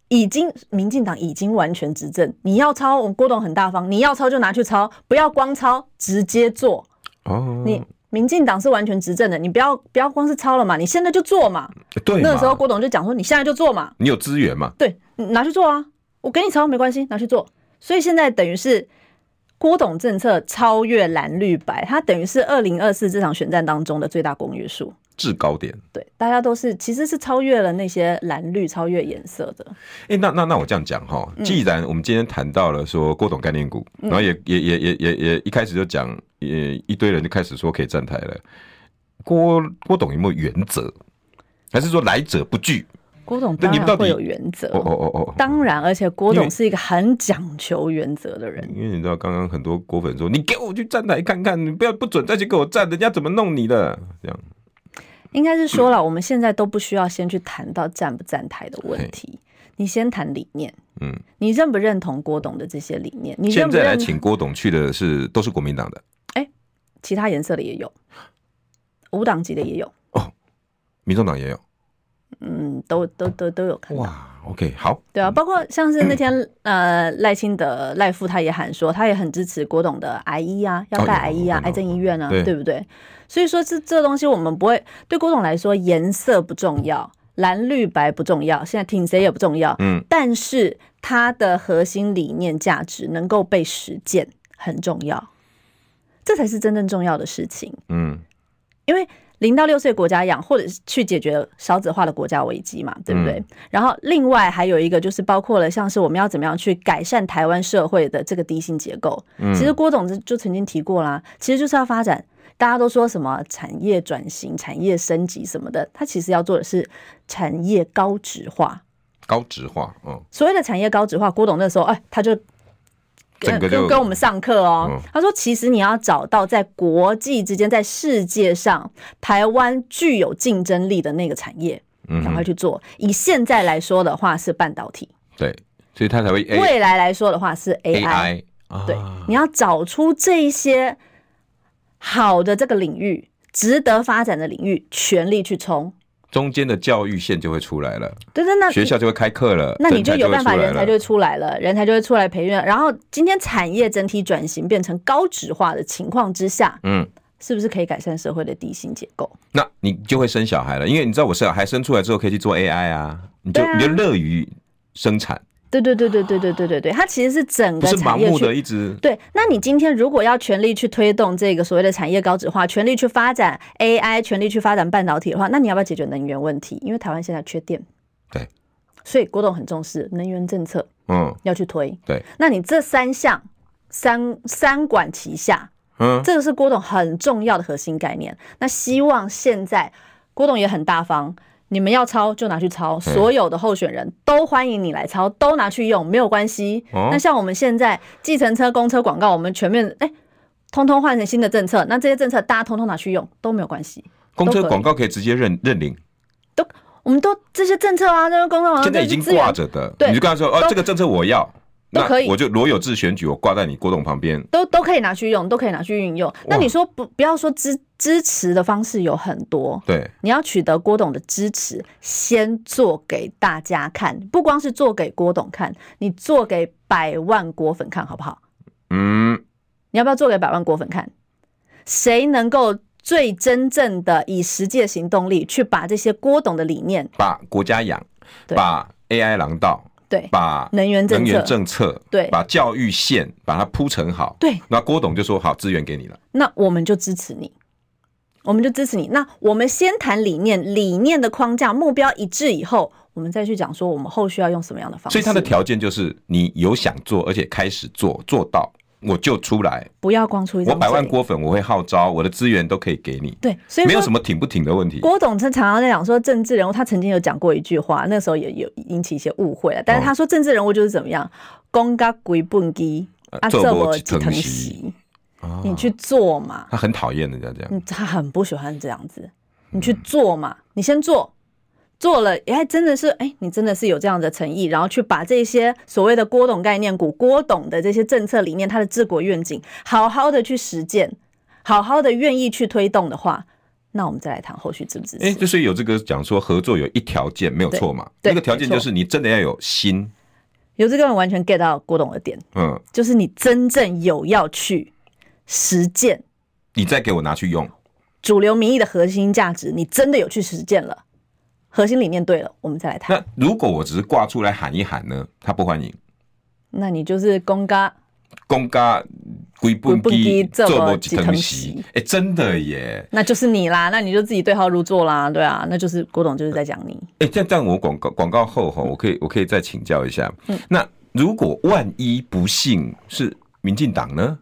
B: 已经民进党已经完全执政，你要抄，我们郭董很大方，你要抄就拿去抄，不要光抄，直接做。
A: 哦，
B: 你民进党是完全执政的，你不要不要光是抄了嘛，你现在就做嘛。
A: 对嘛，
B: 那个时候郭董就讲说，你现在就做嘛。
A: 你有资源嘛？
B: 对，你拿去做啊，我给你抄没关系，拿去做。所以现在等于是郭董政策超越蓝绿白，它等于是二零二四这场选战当中的最大公约数。
A: 制高点。
B: 对，大家都是其实是超越了那些蓝绿，超越颜色的。
A: 哎、那那那我这样讲哈，
B: 嗯
A: 既然我们今天谈到了说郭董概念股，然后也也也也也也一开始就讲，也一堆人就开始说可以站台了。郭郭董有没有原则？还是说来者不拒？
B: 郭董
A: 那
B: 当
A: 你们到
B: 然
A: 底
B: 会有原则，
A: 哦哦哦哦，
B: 当然，而且郭
A: 因为嗯
B: 董是一个很讲求原则的人。
A: 因为你知道刚刚很多郭粉说，你给我去站台看看，你不要不准再去给我站，人家怎么弄你的？这样
B: 应该是说了，我们现在都不需要先去谈到站不站台的问题，你先谈理念。
A: 嗯，
B: 你认不认同郭董的这些理念？你认
A: 现
B: 不
A: 在来
B: 认
A: 请郭董去的是都是国民党的，
B: 其他颜色的也有，无党籍的也有，
A: 民众党也有。
B: 嗯，都都都都有看到。
A: 哇，OK，好，
B: 对啊，包括像是那天、呃赖清德赖副他也喊说，他也很支持郭董的癌医啊，要盖
A: 哦有
B: 癌医
A: 我
B: 啊
A: 看，到
B: 癌症医院啊，
A: 对
B: 对不对？所以说这这东西我们不会对郭董来说颜色不重要，蓝绿白不重要，现在挺谁也不重要，
A: 嗯，
B: 但是他的核心理念价值能够被实践很重要，这才是真正重要的事情。
A: 嗯，
B: 因为零到六岁国家养，或者是去解决少子化的国家危机嘛，对不对？然后另外还有一个就是包括了像是我们要怎么样去改善台湾社会的这个低薪结构。其实郭总就就曾经提过啦，其实就是要发展。大家都说什么产业转型、产业升级什么的，它其实要做的是产业高值化。
A: 高值化，嗯，
B: 所谓的产业高值化，郭董那时候哎，他就
A: 整个
B: 跟
A: 就
B: 跟我们上课哦。
A: 嗯
B: 他说，其实你要找到在国际之间、在世界上台湾具有竞争力的那个产业，
A: 嗯
B: 赶
A: 哼
B: 快去做。以现在来说的话是半导体，
A: 对，所以他才会 A
B: 未来来说的话是 AI。
A: AI，啊
B: 对，你要找出这一些好的这个领域。值得发展的领域，全力去冲。
A: 中间的教育线就会出来了，
B: 对对，那
A: 学校就会开课了，
B: 那你就
A: 人才
B: 有办法，
A: 会出来
B: 人才就
A: 了
B: 会出来了，人才就会出来培育了。然后今天产业整体转型变成高值化的情况之下，
A: 嗯，
B: 是不是可以改善社会的低薪结构？
A: 那你就会生小孩了，因为你知道我小孩生出来之后可以去做 AI 啊，你就
B: 对啊
A: 你就乐于生产，
B: 对对对对对对对对对，它其实是整
A: 不
B: 个
A: 是盲
B: 产业
A: 目的
B: 去。
A: 一直
B: 对，那你今天如果要全力去推动这个所谓的产业高值化，全力去发展 AI，全力去发展半导体的话，那你要不要解决能源问题？因为台湾现在缺电，
A: 对，
B: 所以郭董很重视能源政策
A: 嗯
B: 要去推。
A: 对，
B: 那你这三项三三管齐下，
A: 嗯
B: 这个是郭董很重要的核心概念。那希望现在郭董也很大方，你们要抄就拿去
A: 嗯
B: 抄，所有的候选人都欢迎你来抄，都拿去用，没有关系。
A: 哦
B: 那像我们现在计程车、公车广告，我们全面哎。通通换成新的政策，那这些政策大家通通拿去用都没有关系，
A: 公车
B: 都可以
A: 广告可以直接认认领，
B: 我们都这些政策啊，这些公共啊，
A: 现在已
B: 这些
A: 经
B: 资源
A: 挂着的，
B: 对
A: 你就跟他说哦，
B: 都
A: 这个政策我要，
B: 都
A: 那
B: 可以
A: 我就罗有志选举，我挂在你郭董旁边，
B: 都都可以拿去用，都可以拿去运用。那你说不不要说支支持的方式有很多，
A: 对，
B: 你要取得郭董的支持，先做给大家看，不光是做给郭董看，你做给百万果粉看好不好？
A: 嗯，
B: 你要不要做给百万果粉看？谁能够最真正的以实际的行动力去把这些郭董的理念，
A: 把国家养，
B: 对
A: 把 AI 廊道，
B: 对
A: 把
B: 能源政
A: 能源
B: 策，
A: 政策，
B: 对
A: 把教育线把它铺成好，
B: 对，
A: 那郭董就说好，资源给你了。
B: 那我们就支持你，我们就支持你。那我们先谈理念，理念的框架、目标一致以后，我们再去讲说我们后续要用什么样的方式。
A: 所以他的条件就是你有想做，而且开始做，做到我就出来。
B: 不要光出一张
A: 我百万
B: 嘴
A: 锅粉我会号召，我的资源都可以给你，
B: 对，所以
A: 没有
B: 说
A: 什么挺不挺的问题。
B: 郭董他常常在讲说政治人物，他曾经有讲过一句话，那时候也有引起一些误会了。啊但是他说政治人物就是怎么样，公家鬼蹦鸡啊，
A: 做
B: 这
A: 不
B: 我
A: 几层
B: 疼
A: 席
B: 惜，你去做嘛。
A: 他很讨厌人家这样，
B: 嗯，他很不喜欢这样子，你去做嘛，你先做，做了，哎，真的是，哎，你真的是有这样的诚意，然后去把这些所谓的郭董概念股、郭董的这些政策理念、他的治国愿景，好好的去实践，好好的愿意去推动的话，那我们再来谈后续支不支持。
A: 哎，就是有这个讲说合作有一条件没有错嘛，
B: 对
A: 那个条件
B: 没
A: 就
B: 错
A: 是你真的要有心，
B: 有这个人完全 get 到郭董的点，
A: 嗯，
B: 就是你真正有要去实践
A: 你再给我拿去用，
B: 主流民意的核心价值，你真的有去实践了，核心理念对了，我们再来谈。
A: 那如果我只是挂出来喊一喊呢，他不欢迎。
B: 那你就是公嘎，
A: 公家规本
B: 规
A: 机
B: 本机做
A: 无
B: 无
A: 一
B: 一
A: 藤
B: 汤
A: 席
B: 匙，
A: 哎、真的耶！
B: 那就是你啦，那你就自己对号入座啦，对啊，那就是郭董就是在讲你。
A: 哎、这样这样，我广告广告后哈，我可以我可以再请教一下。那如果万一不幸是民进党呢？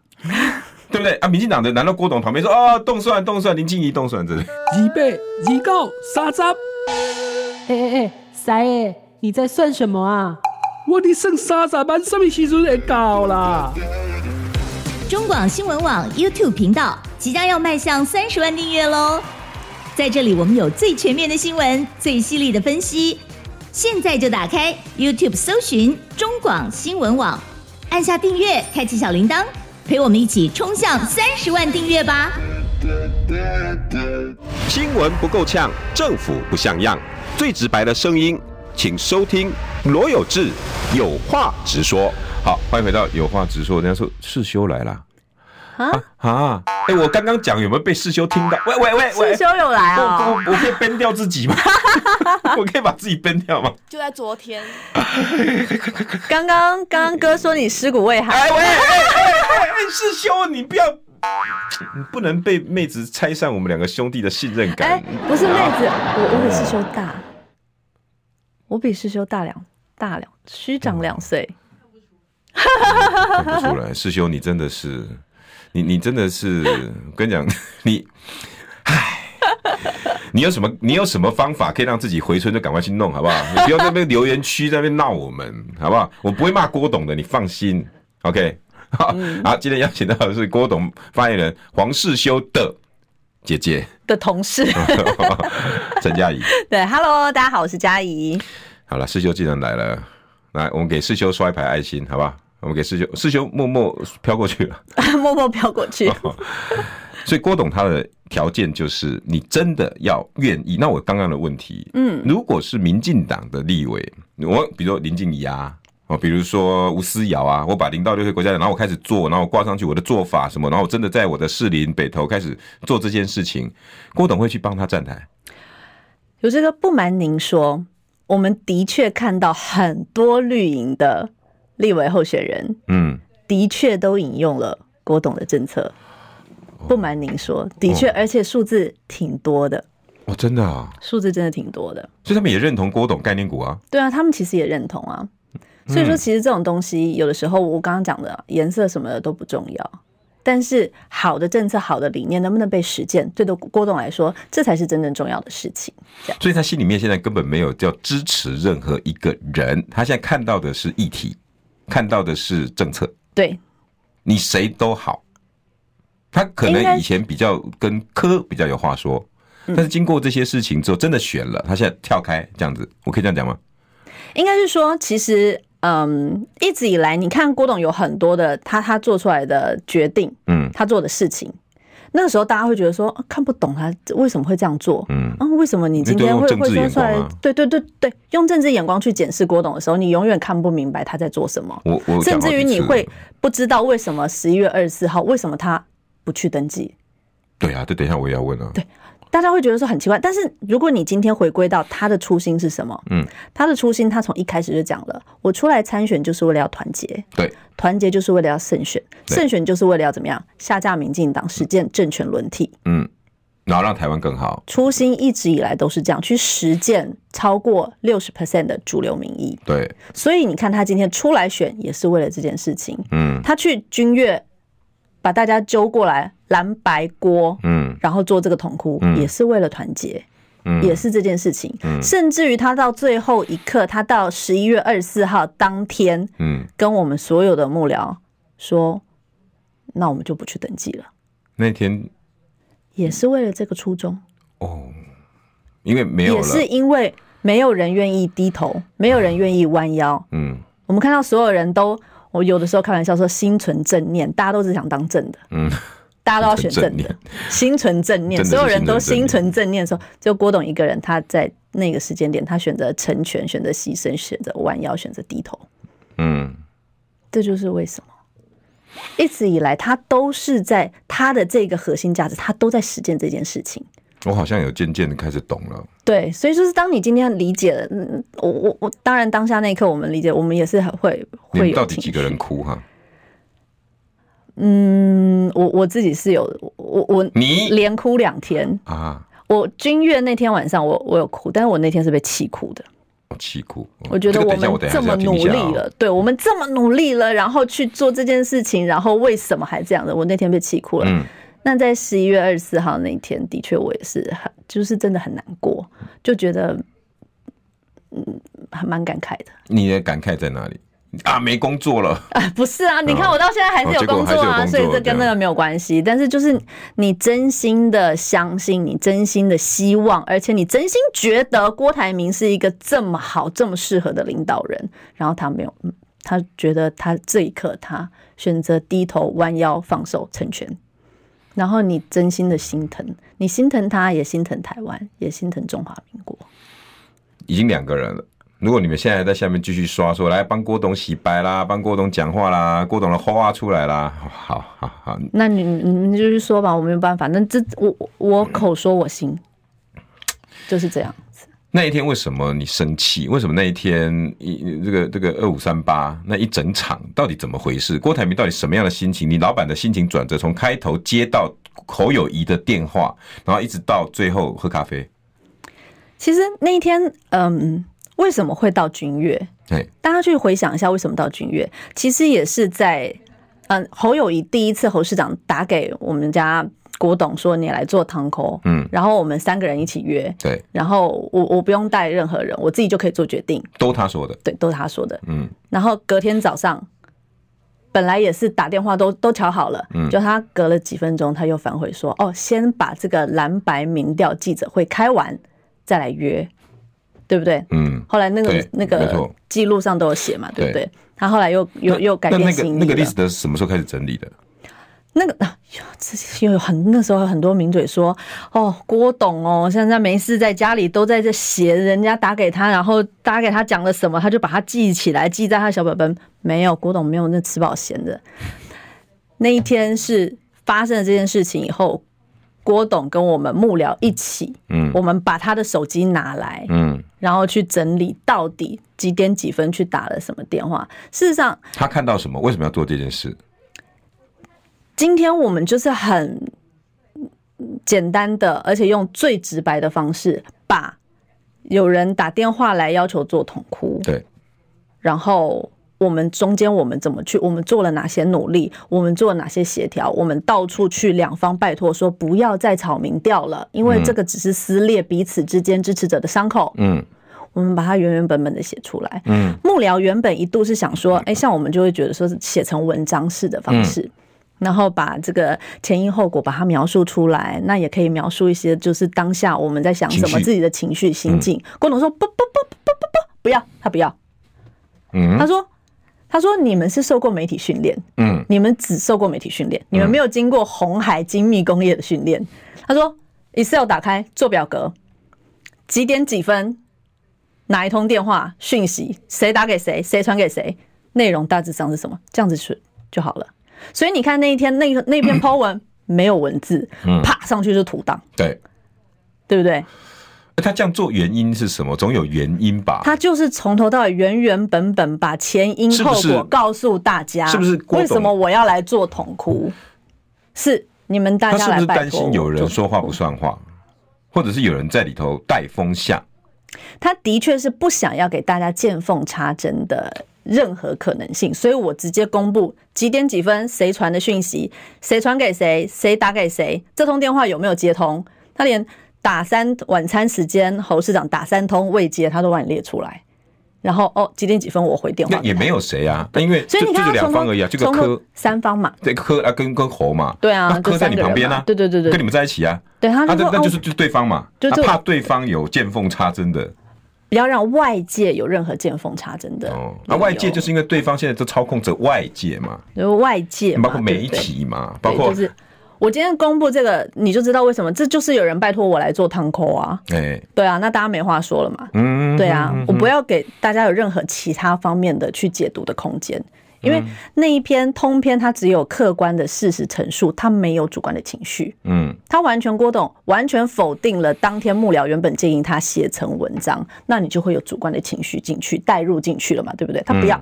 A: 对不对啊？民进党的难道郭董旁边说哦，动算动算，林静怡动算之类？
E: 二八、二九、三十，
F: 哎哎哎，塞哎，你在算什么啊？
E: 我伫算三十万，什么时阵会到啦？
G: 中广新闻网 YouTube 频道即将要迈向三十万订阅喽！在这里，我们有最全面的新闻，最犀利的分析。现在就打开 YouTube 搜寻中广新闻网，按下订阅，开启小铃铛，陪我们一起冲向三十万订阅吧！
D: 新闻不够呛，政府不像样，最直白的声音，请收听罗有志有话直说。
A: 好，欢迎回到有话直说。人家说世修来啦。
B: 啊
A: 啊！哎、我刚刚讲有没有被世修听到？喂喂喂 喂，
B: 师兄有来
A: 我
B: 啊、
A: 我我可以崩掉自己吗？我可以把自己崩掉吗？
H: 就在昨 天，
B: 刚刚刚刚哥说你尸骨未寒，
A: 哎喂，哎哎哎哎，师兄，你不要，你不能被妹子拆散我们两个兄弟的信任
B: 哎、
A: 感。
B: 不是妹子，我我比师兄大，我比师兄大两大两，虚长两岁。
A: 看不出来，师兄，你真的是，你你真的是，我跟你讲， 你，唉，你有什么你有什么方法可以让自己回春就赶快去弄好不好？你不要在那边留言区在那边闹我们好不好？我不会骂郭董的，你放心。OK，好，好，今天邀请到的是郭董发言人黄世修的姐姐
B: 的同事，
A: 陈佳怡。
B: 对，Hello，大家好，我是佳怡。
A: 好了，师兄既然来了，来，我们给师兄刷一排爱心，好不好？我们给师兄，师兄默默飘过去了。
B: 默默飘过去，
A: 所以郭董他的条件就是，你真的要愿意。那我刚刚的问题，嗯，如果是民进党的立委，我比如说林静怡啊，哦，比如说吴思瑶啊，我把零到六岁国家的，然后我开始做，然后我挂上去我的做法什么，然后我真的在我的士林北投开始做这件事情，郭董会去帮他站台。
B: 有这个不瞒您说，我们的确看到很多绿营的立委候选人，
A: 嗯，
B: 的确都引用了郭董的政策。不瞒您说，的确，而且数字挺多的，
A: 哦，真的啊，
B: 数字真的挺多的。
A: 所以他们也认同郭董概念股啊。
B: 对啊，他们其实也认同啊。所以说，其实这种东西有的时候，我刚刚讲的颜色什么的都不重要，但是好的政策、好的理念能不能被实践，对的郭董来说，这才是真正重要的事情。
A: 所以他心里面现在根本没有叫支持任何一个人，他现在看到的是议题，看到的是政策，
B: 对，
A: 你谁都好。他可
B: 应该嗯
A: 能以前比较跟科比较有话说，但是经过这些事情之后，真的选了，他现在跳开这样子，我可以这样讲吗？
B: 应该是说，其实，嗯，一直以来，你看郭董有很多的他他做出来的决定，
A: 嗯
B: 他做的事情，那个时候大家会觉得说，啊看不懂他为什么会这样做，
A: 嗯，
B: 啊，为什么你今天
A: 你
B: 会
A: 都用政
B: 会
A: 治
B: 说
A: 眼
B: 出
A: 光啊
B: 来？对对对对，用政治眼光去检视郭董的时候，你永远看不明白他在做什么，
A: 我我
B: 甚
A: 讲好
B: 至于
A: 几
B: 你
A: 次
B: 会不知道为什么十一月二十四号为什么他不去登记，
A: 对啊，这等一下我也要问啊。对，
B: 大家会觉得说很奇怪，但是如果你今天回归到他的初心是什么？
A: 嗯，
B: 他的初心，他从一开始就讲了，我出来参选就是为了要团结，
A: 对，
B: 团结就是为了要胜选，
A: 对
B: 胜选就是为了要怎么样下架民进党，实践政权轮替。
A: 嗯，然后让台湾更好。
B: 初心一直以来都是这样，去实践超过六十 percent 的主流民意。
A: 对，
B: 所以你看，他今天出来选也是为了这件事情。
A: 嗯
B: 他去军乐把大家揪过来，蓝白锅，
A: 嗯
B: 然后做这个同哭，
A: 嗯
B: 也是为了团结。
A: 嗯，
B: 也是这件事情。
A: 嗯
B: 甚至于他到最后一刻，他到十一月二十四号当天，
A: 嗯，
B: 跟我们所有的幕僚说，那我们就不去登记了，
A: 那天
B: 也是为了这个初衷。
A: 哦，因为没有
B: 也
A: 了，
B: 是因为没有人愿意低头，没有人愿意弯腰。
A: 嗯
B: 我们看到所有人都，我有的时候开玩笑说心存正念，大家都只想当正的，
A: 嗯，
B: 大家都要选
A: 心存
B: 正
A: 正
B: 的，心存正念，
A: 真的是
B: 所有人都
A: 心
B: 心
A: 存
B: 存正念的时候，就郭董一个人，他在那个时间点，他选择成全，选择牺牲，选择弯腰，选择低头，
A: 嗯，
B: 这就是为什么。一直以来，他都是在他的这个核心价值，他都在实践这件事情。
A: 我好像有渐渐的开始懂了，
B: 对，所以就是当你今天理解了，嗯，我我我，当然当下那一刻我们理解，我们也是很会
A: 你
B: 会
A: 们
B: 有
A: 到底
B: 情
A: 几个人
B: 绪？
A: 哭哈？
B: 嗯，我我自己是有，我我
A: 你
B: 连哭两天。
A: 啊，
B: 我君悦那天晚上我我有哭，但是我那天是被气哭的。
A: 我气哭，
B: 我觉得
A: 哦这个
B: 我
A: 等一下
B: 们
A: 我等一下
B: 这么
A: 还是要
B: 努
A: 听一
B: 力
A: 下哦
B: 了，对我们这么努力了，然后去做这件事情，然后为什么还这样的？我那天被气哭了。
A: 嗯
B: 那在十一月二十四号那一天，的确我也是很，就是真的很难过，就觉得，嗯，还蛮感慨的。
A: 你的感慨在哪里？啊，没工作了，
B: 啊， 不是啊，你看我到现在还是有工作啊，
A: 哦结
B: 所
A: 果还是有
B: 以
A: 工作
B: 这跟那个没有关系。但是就是你真心的相信，你真心的希望，而且你真心觉得郭台铭是一个这么好、这么适合的领导人，然后他没有，嗯，他觉得他这一刻他选择低头弯腰放手成全，然后你真心的心疼，你心疼他，也心疼台湾，也心疼中华民国。
A: 已经两个人了。如果你们现在还在下面继续刷说来帮郭董洗白啦，帮郭董讲话啦，郭董的花花出来啦，好好好，
B: 那你你你就去说吧，我没有办法。那这我我我口说我心，就是这样子。
A: 那一天为什么你生气？为什么那一天一这个这个二五三八那一整场到底怎么回事？郭台铭到底什么样的心情？你老板的心情转折从开头接到侯友谊的电话，然后一直到最后喝咖啡，
B: 其实那一天，嗯，为什么会到君悦？
A: 哎，
B: 大家去回想一下，为什么到君悦？其实也是在，嗯，侯友谊第一次侯市长打给我们家郭董说你来做堂口，
A: 嗯，
B: 然后我们三个人一起约，
A: 对，
B: 然后我我不用带任何人，我自己就可以做决定，
A: 都他说的，
B: 对，都是他说的。
A: 嗯，
B: 然后隔天早上，本来也是打电话都都瞧好了，
A: 嗯
B: 就他隔了几分钟他又反悔说，哦，先把这个蓝白民调记者会开完再来约，对不对？
A: 嗯。
B: 后来那个
A: 对
B: 那
A: 没
B: 个
A: 错
B: 记录上都有写嘛，对不
A: 对
B: 对？他后来又又又改
A: 那
B: 变
A: 那个
B: 心意
A: 那个
B: 了
A: list 的什么时候开始整理的？
B: 那个啊，哟这些有很那时候有很多名嘴说，哦，郭董哦，现在没事在家里都在这写人家打给他，然后打给他讲了什么，他就把它记起来，记在他小本本。没有，郭董没有那吃饱闲的。那一天是发生了这件事情以后，郭董跟我们幕僚一起，
A: 嗯
B: 我们把他的手机拿来，
A: 嗯，
B: 然后去整理到底几点几分去打了什么电话。事实上，
A: 他看到什么？为什么要做这件事？
B: 今天我们就是很嗯简单的，而且用最直白的方式，把有人打电话来要求做统哭，
A: 对，
B: 然后我们中间我们怎么去，我们做了哪些努力，我们做了哪些协调，我们到处去两方拜托说不要再吵民调了，因为这个只是撕裂彼此之间支持者的伤口。
A: 嗯
B: 我们把它原原本本的写出来。
A: 嗯
B: 幕僚原本一度是想说，哎，像我们就会觉得说是写成文章式的方式。然后把这个前因后果把它描述出来，那也可以描述一些就是当下我们在想什
A: 情
B: 么，
A: 绪
B: 自己的情绪、心境。郭董说不不不不不不不，不要，他不要。
A: 嗯
B: 他说他说你们是受过媒体训练，
A: 嗯，
B: 你们只受过媒体训练，你们没有经过红海精密工业的训练。他说 Excel 打开做表格，几点几分，哪一通电话讯息，谁打给谁，谁传给谁，内容大致上是什么，这样子去就好了。所以你看那一天那个那篇 po 文没有文字，啪上去就图档，
A: 对。
B: 对不对？
A: 他这样做原因是什么？总有原因吧？
B: 他就是从头到尾原原本本把前因后
A: 是不是
B: 果告诉大家，
A: 是不是郭董
B: 为什么我要来做统哭？是你们大
A: 他
B: 家
A: 是不
B: 来
A: 是
B: 拜
A: 担
B: 托我
A: 心有人
B: 做
A: 说话
B: 统
A: 不
B: 哭？
A: 算话，或者是有人在里头带风向？
B: 他的确是不想要给大家见缝插针的任何可能性，所以我直接公布几点几分谁传的讯息，谁传给谁，谁打给谁，这通电话有没有接通？他连打三晚餐时间，侯市长打三通未接，他都把你列出来。然后哦几点几分我回电话
A: 那
B: 给
A: 也
B: 他
A: 没有谁啊，那因为
B: 所以
A: 就
B: 你
A: 就
B: 看
A: 是
B: 他
A: 两
B: 从
A: 方
B: 头
A: 而已啊，就跟
B: 从头
A: 科
B: 三方嘛，
A: 对科啊跟跟猴嘛，
B: 对啊
A: 那科
B: 就
A: 在
B: 三
A: 你
B: 个人
A: 旁边
B: 嘛
A: 啊，
B: 对对对对
A: 跟你们在一起啊，
B: 对他
A: 啊
B: 就
A: 那
B: 说
A: 那
B: 哦
A: 就是就对方嘛，
B: 就
A: 他
B: 就
A: 怕对方有见缝插针的
B: 不要让外界有任何见缝插针的理由。
A: 哦，那外界就是因为对方现在都操控着外界嘛，
B: 就是外界嘛，
A: 包括媒
B: 对不对
A: 体嘛，包
B: 对，
A: 括
B: 就是我今天公布这个，你就知道为什么，这就是有人拜托我来做汤扣啊，
A: 哎
B: 对啊，那大家没话说了嘛，
A: 嗯
B: 对啊，我不要给大家有任何其他方面的去解读的空间。因
A: 嗯
B: 为那一篇通篇，它只有客观的事实陈述，它没有主观的情绪，
A: 嗯
B: 它完全郭董完全否定了当天幕僚原本建议他写成文章，那你就会有主观的情绪进去带入进去了嘛，对不对？他不要，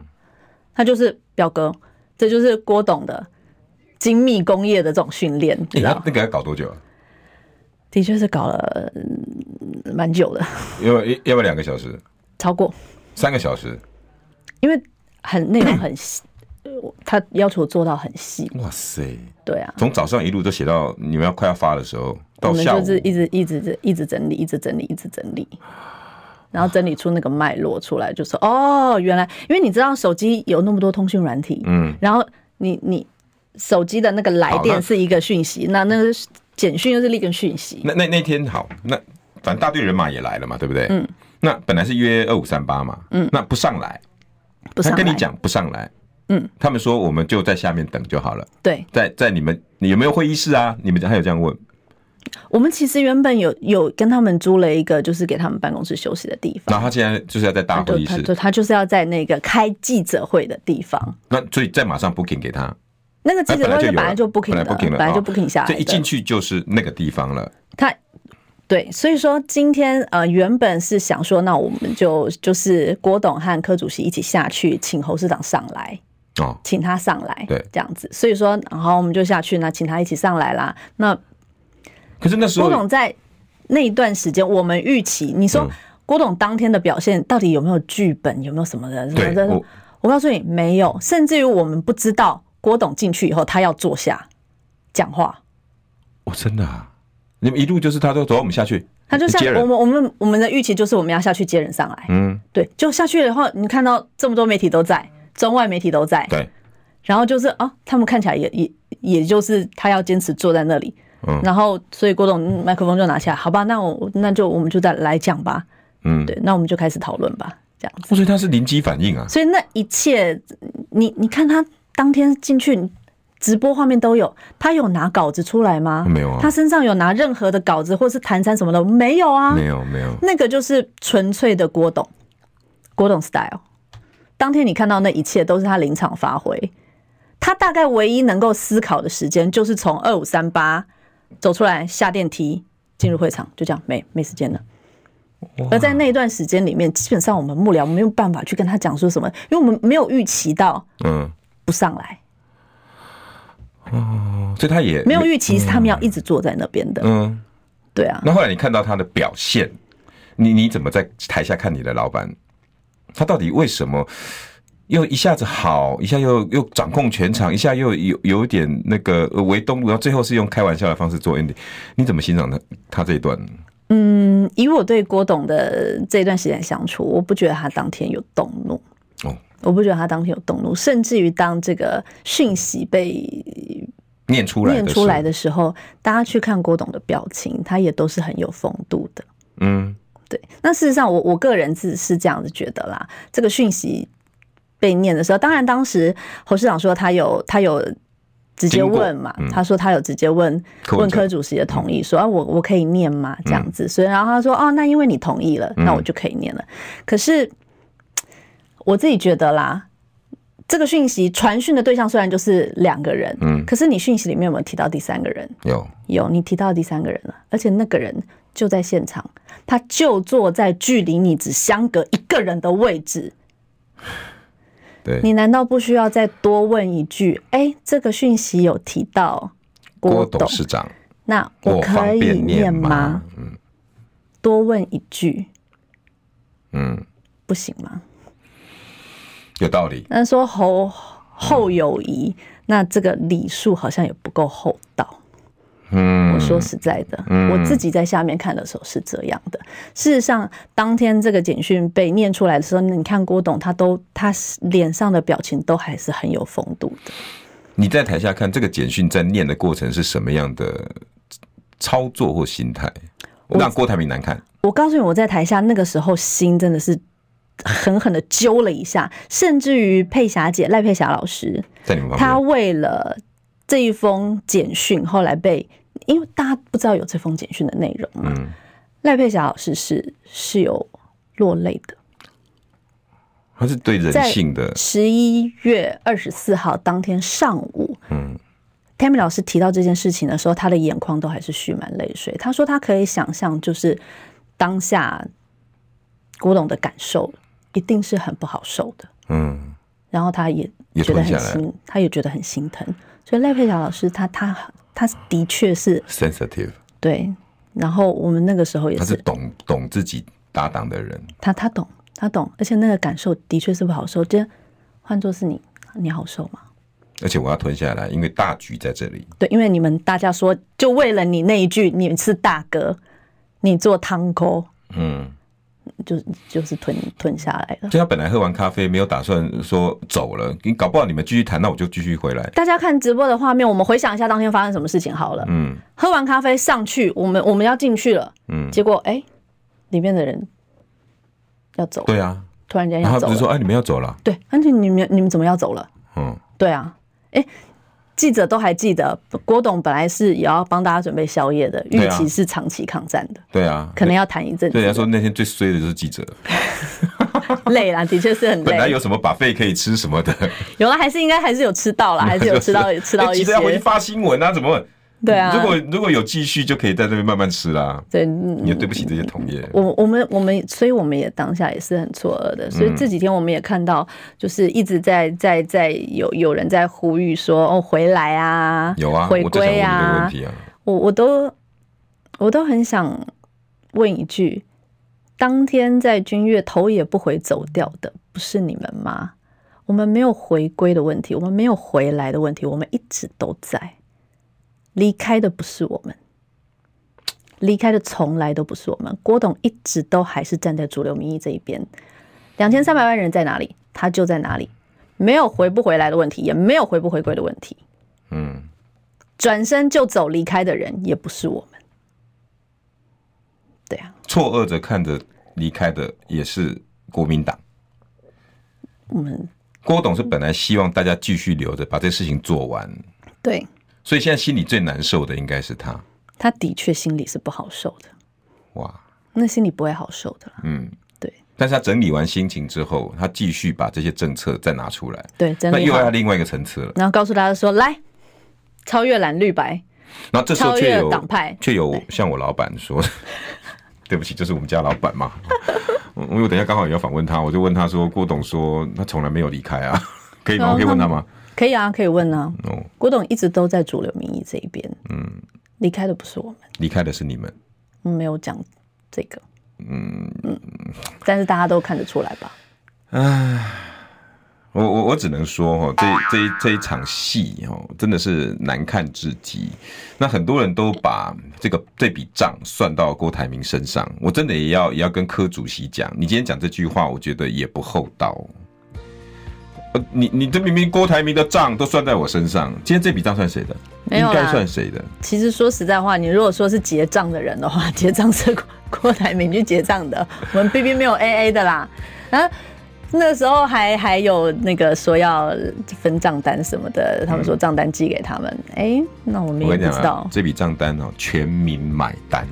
B: 他就是表哥，这就是郭董的精密工业的这种训练，你
A: 哎
B: 知道
A: 那？那个要搞多久啊？
B: 的确是搞了嗯蛮久的，
A: 要不要要不要两个小时？
B: 超过，
A: 三个小时？
B: 因为很内容很细，呃我他要求做到很细，
A: 哇塞！
B: 对啊。
A: 从早上一路都写到你们要快要发的时候，
B: 我
A: 到
B: 们
A: 下午
B: 就是一直一直一直整理，一直整理，一直整理，然后整理出那个脉络出来，就说哦，原来因为你知道手机有那么多通讯软体，
A: 嗯，
B: 然后你你手机的那个来
A: 好那
B: 电是一个讯息，那那个简讯又是另一个讯息，
A: 那那那天好，那反正大队人马也来了嘛，对不对？嗯。那本来是约二五三八嘛，嗯，那不上来，
B: 不上
A: 他
B: 来
A: 跟你讲不上来，
B: 嗯，
A: 他们说我们就在下面等就好了，
B: 对，
A: 在在你们你有没有会议室啊？你们还有这样问？
B: 我们其实原本有有跟他们租了一个，就是给他们办公室休息的地
A: 然
B: 方。
A: 后他现在就是要在大
B: 他
A: 会
B: 就
A: 议
B: 他
A: 室，
B: 就他就是要在那个开记者会的地方，
A: 那所以再马上 booking 给他，
B: 那个记
A: 哎
B: 者
A: 本来
B: 会
A: 就是有
B: 本来
A: 了
B: 就 booking
A: 本来
B: 的，
A: booking 了
B: 本来就
A: 哦
B: booking 下来
A: 这
B: 的。
A: 一进去就是那个地方了，
B: 他对，所以说今天呃，原本是想说，那我们就就是郭董和柯主席一起下去，请侯市长上来，
A: 哦，
B: 请他上来，
A: 对
B: 这样子。所以说，然后我们就下去呢，请他一起上来啦。那
A: 可是那时
B: 郭董
A: 候
B: 在那一段时间，我们预期，你说
A: 嗯
B: 郭董当天的表现到底有没有剧本，有没有什么的什么
A: 对
B: 啊的？
A: 我
B: 我告诉你，没有，甚至于我们不知道郭董进去以后他要坐下讲话。
A: 我真的啊，你们一路就是他都走，我们下去，
B: 他就像
A: 接人
B: 我们我们我们的预期就是我们要下去接人上来，
A: 嗯，
B: 对，就下去以后，你看到这么多媒体都在，中外媒体都在，
A: 对，
B: 然后就是啊，他们看起来也也也就是他要坚持坐在那里，
A: 嗯
B: 然后所以郭董嗯麦克风就拿起来，好吧，那我那就我们就再来讲吧，
A: 嗯，哦
B: 对，那我们就开始讨论吧，这样子。
A: 所以他是临机反应啊，
B: 所以那一切，你你看他当天进去直播画面都有，他有拿稿子出来吗？
A: 没有啊
B: 他身上有拿任何的稿子或是谈餐什么的没有啊？
A: 没有没有，
B: 那个就是纯粹的郭董，郭董 style。当天你看到那一切都是他临场发挥，他大概唯一能够思考的时间就是从二五三八走出来下电梯进入会场，就这样没没时间了。而在那一段时间里面，基本上我们幕僚没有办法去跟他讲说什么，因为我们没有预期到
A: 嗯，
B: 不上来，
A: 哦所以他也
B: 没有预期是他们要一直坐在那边的。
A: 嗯。
B: 对啊，
A: 那后来你看到他的表现，你你怎么在台下看你的老板？他到底为什么又一下子好，一下又又掌控全场，一下又有有一点那个呃围东路，然后最后是用开玩笑的方式做 ending？你怎么欣赏他他这一段？
B: 嗯，以我对郭董的这段时间相处，我不觉得他当天有动怒。
A: 哦
B: 我不觉得他当天有动怒，甚至于当这个讯息被
A: 念出来的
B: 念出来
A: 的，
B: 的时候，大家去看郭董的表情，他也都是很有风度的。
A: 嗯，
B: 对，那事实上我我个人自是这样子觉得啦，这个讯息被念的时候，当然当时侯市长说他有他有直接
A: 经过
B: 问嘛，
A: 嗯
B: 他说他有直接问
A: 柯文
B: 问
A: 哲嗯
B: 柯主席的同意，说啊我我可以念吗？这样子，所以然后他说哦，那因为你同意了，
A: 嗯
B: 那我就可以念了。可是我自己觉得啦。这个讯息传讯的对象虽然就是两个人，
A: 嗯
B: 可是你讯息里面有没有提到第三个人？
A: 有
B: 有，你提到第三个人了，而且那个人就在现场，他就坐在距离你只相隔一个人的位置。
A: 对
B: 你难道不需要再多问一句？哎，这个讯息有提到
A: 郭
B: 郭
A: 董
B: 董，
A: 事长，
B: 那
A: 我
B: 我可
A: 方
B: 以
A: 便念
B: 念吗？？
A: 嗯
B: 多问一句
A: 嗯，
B: 不行吗？
A: 有道理，
B: 但是说后后友谊，那这个礼数好像也不够厚道。
A: 嗯
B: 我说实在的，
A: 嗯
B: 我自己在下面看的时候是这样的。事实上，当天这个简讯被念出来的时候，你看郭董他都他脸上的表情都还是很有风度的。
A: 你在台下看这个简讯在念的过程是什么样的操作或心态，让郭台铭难看？
B: 我告诉你，我在台下那个时候心真的是狠狠的揪了一下，甚至于佩霞姐赖佩霞老师，
A: 在你们
B: 她
A: 旁边，
B: 为了这一封简讯，后来被因为大家不知道有这封简讯的内容嘛，
A: 嗯，
B: 赖、佩霞老师是是有落泪的。
A: 他是对人
B: 在
A: 性的，
B: 十一月二十四号当天上午，
A: 嗯
B: Tammy 老师提到这件事情的时候，她的眼眶都还是蓄满泪水。她说她可以想象，就是当下郭董的感受一定是很不好受的。
A: 嗯，
B: 然后她也
A: 也
B: 觉得
A: 吞下
B: 很
A: 来
B: 心，她也觉得很心疼。所以赖佩霞老师她，她她的确是
A: sensitive，
B: 对。然后我们那个时候也
A: 他是
B: 是，
A: 懂懂自己搭档的人，
B: 她她懂，她懂，而且那个感受的确是不好受。这换作是你，你好受吗？
A: 而且我要吞下来，因为大局在这里。
B: 对，因为你们大家说，就为了你那一句“你是大哥”，你做汤锅，
A: 嗯，
B: 就就是吞吞下来了。
A: 就他本来喝完咖啡没有打算说走了，你搞不好你们继续谈，那我就继续回来。
B: 大家看直播的画面，我们回想一下当天发生什么事情好了。
A: 嗯
B: 喝完咖啡上去，我们我们要进去了，
A: 嗯，
B: 结果哎，里面的人要走，
A: 对啊，
B: 突然间
A: 然后
B: 要
A: 他
B: 走
A: 不是说
B: 了，
A: 哎你们要走了，
B: 对，而且你们你们怎么要走了？
A: 嗯，
B: 对啊，哎，记者都还记得，郭董本来是也要帮大家准备宵夜的，
A: 对
B: 预
A: 啊
B: 期是长期抗战的，
A: 对啊，
B: 可能要谈一阵子
A: 对
B: 的，
A: 人家说那天最衰的就是记者，
B: 累啦，的确是很累。
A: 本来有什么把费可以吃什么的，
B: 有了，还是应该还是有吃到啦，还是有吃到吃到
A: 哎
B: 一
A: 记者
B: 些
A: 要，回去发新闻啊，怎么？
B: 对啊
A: 如果如果有继续，就可以在这边慢慢吃啦。
B: 对，嗯
A: 你也对不起这些同业，
B: 我我们我们，所以我们也当下也是很错愕的，
A: 嗯
B: 所以这几天我们也看到，就是一直在在在有有人在呼吁说哦回来啊，
A: 有啊，
B: 回
A: 我就想问你这
B: 归
A: 个问
B: 啊，
A: 题啊，
B: 我我都我都很想问一句，当天在君悦头也不回走掉的，不是你们吗？我们没有回归的问题，我们没有回来的问题，我们一直都在。离开的不是我们，离开的从来都不是我们。郭董一直都还是站在主流民意这一边，两千三百万人在哪里，他就在哪里，没有回不回来的问题，也没有回不回归的问题。
A: 嗯，
B: 转身就走离开的人也不是我们。对啊，
A: 错愕着看着离开的也是国民党。
B: 我们
A: 郭董是本来希望大家继续留着，把这事情做完，
B: 对
A: 所以现在心里最难受的应该是他。
B: 他的确心里是不好受的，
A: 哇，
B: 那心里不会好受的啦。
A: 嗯，
B: 对
A: 但是他整理完心情之后，他继续把这些政策再拿出来，
B: 对，真
A: 那
B: 的
A: 又要
B: 好。
A: 另外一个层次了。
B: 然后告诉大家说，来，超越蓝绿白，
A: 然后这时候
B: 超
A: 却
B: 越
A: 有
B: 党派
A: 却有像我老板说， 对不起，就是我们家老板嘛。 嗯因为我等一下刚好也要访问他，我就问他说，郭董说他从来没有离开啊， 可以吗？
B: 哦
A: 我可以问他吗？
B: 可以啊，可以问啊。
A: 哦，
B: 郭董一直都在主流民意这一边，嗯，离开的不是我们，
A: 离开的是你们，
B: 我们没有讲这个，嗯嗯，但是大家都看得出来吧？
A: 我我我只能说哈，这这一这一场戏哦，真的是难看至极。那很多人都把这个这笔账算到郭台铭身上，我真的也要也要跟柯主席讲，你今天讲这句话，我觉得也不厚道。呃，你你这明明郭台铭的账都算在我身上，今天这笔账算谁的？
B: 没有
A: 应
B: 啦
A: 该算谁的？
B: 其实说实在话，你如果说是结账的人的话， 结账是郭郭台铭去结账的，我们 B B 没有 A A 的啦。啊，那时候还还有那个说要分账单什么的，他们说账单寄给他们，哎、那我们
A: 嗯我
B: 也
A: 跟你讲
B: 不知
A: 啊
B: 道，，
A: 这笔账单哦，全民买单。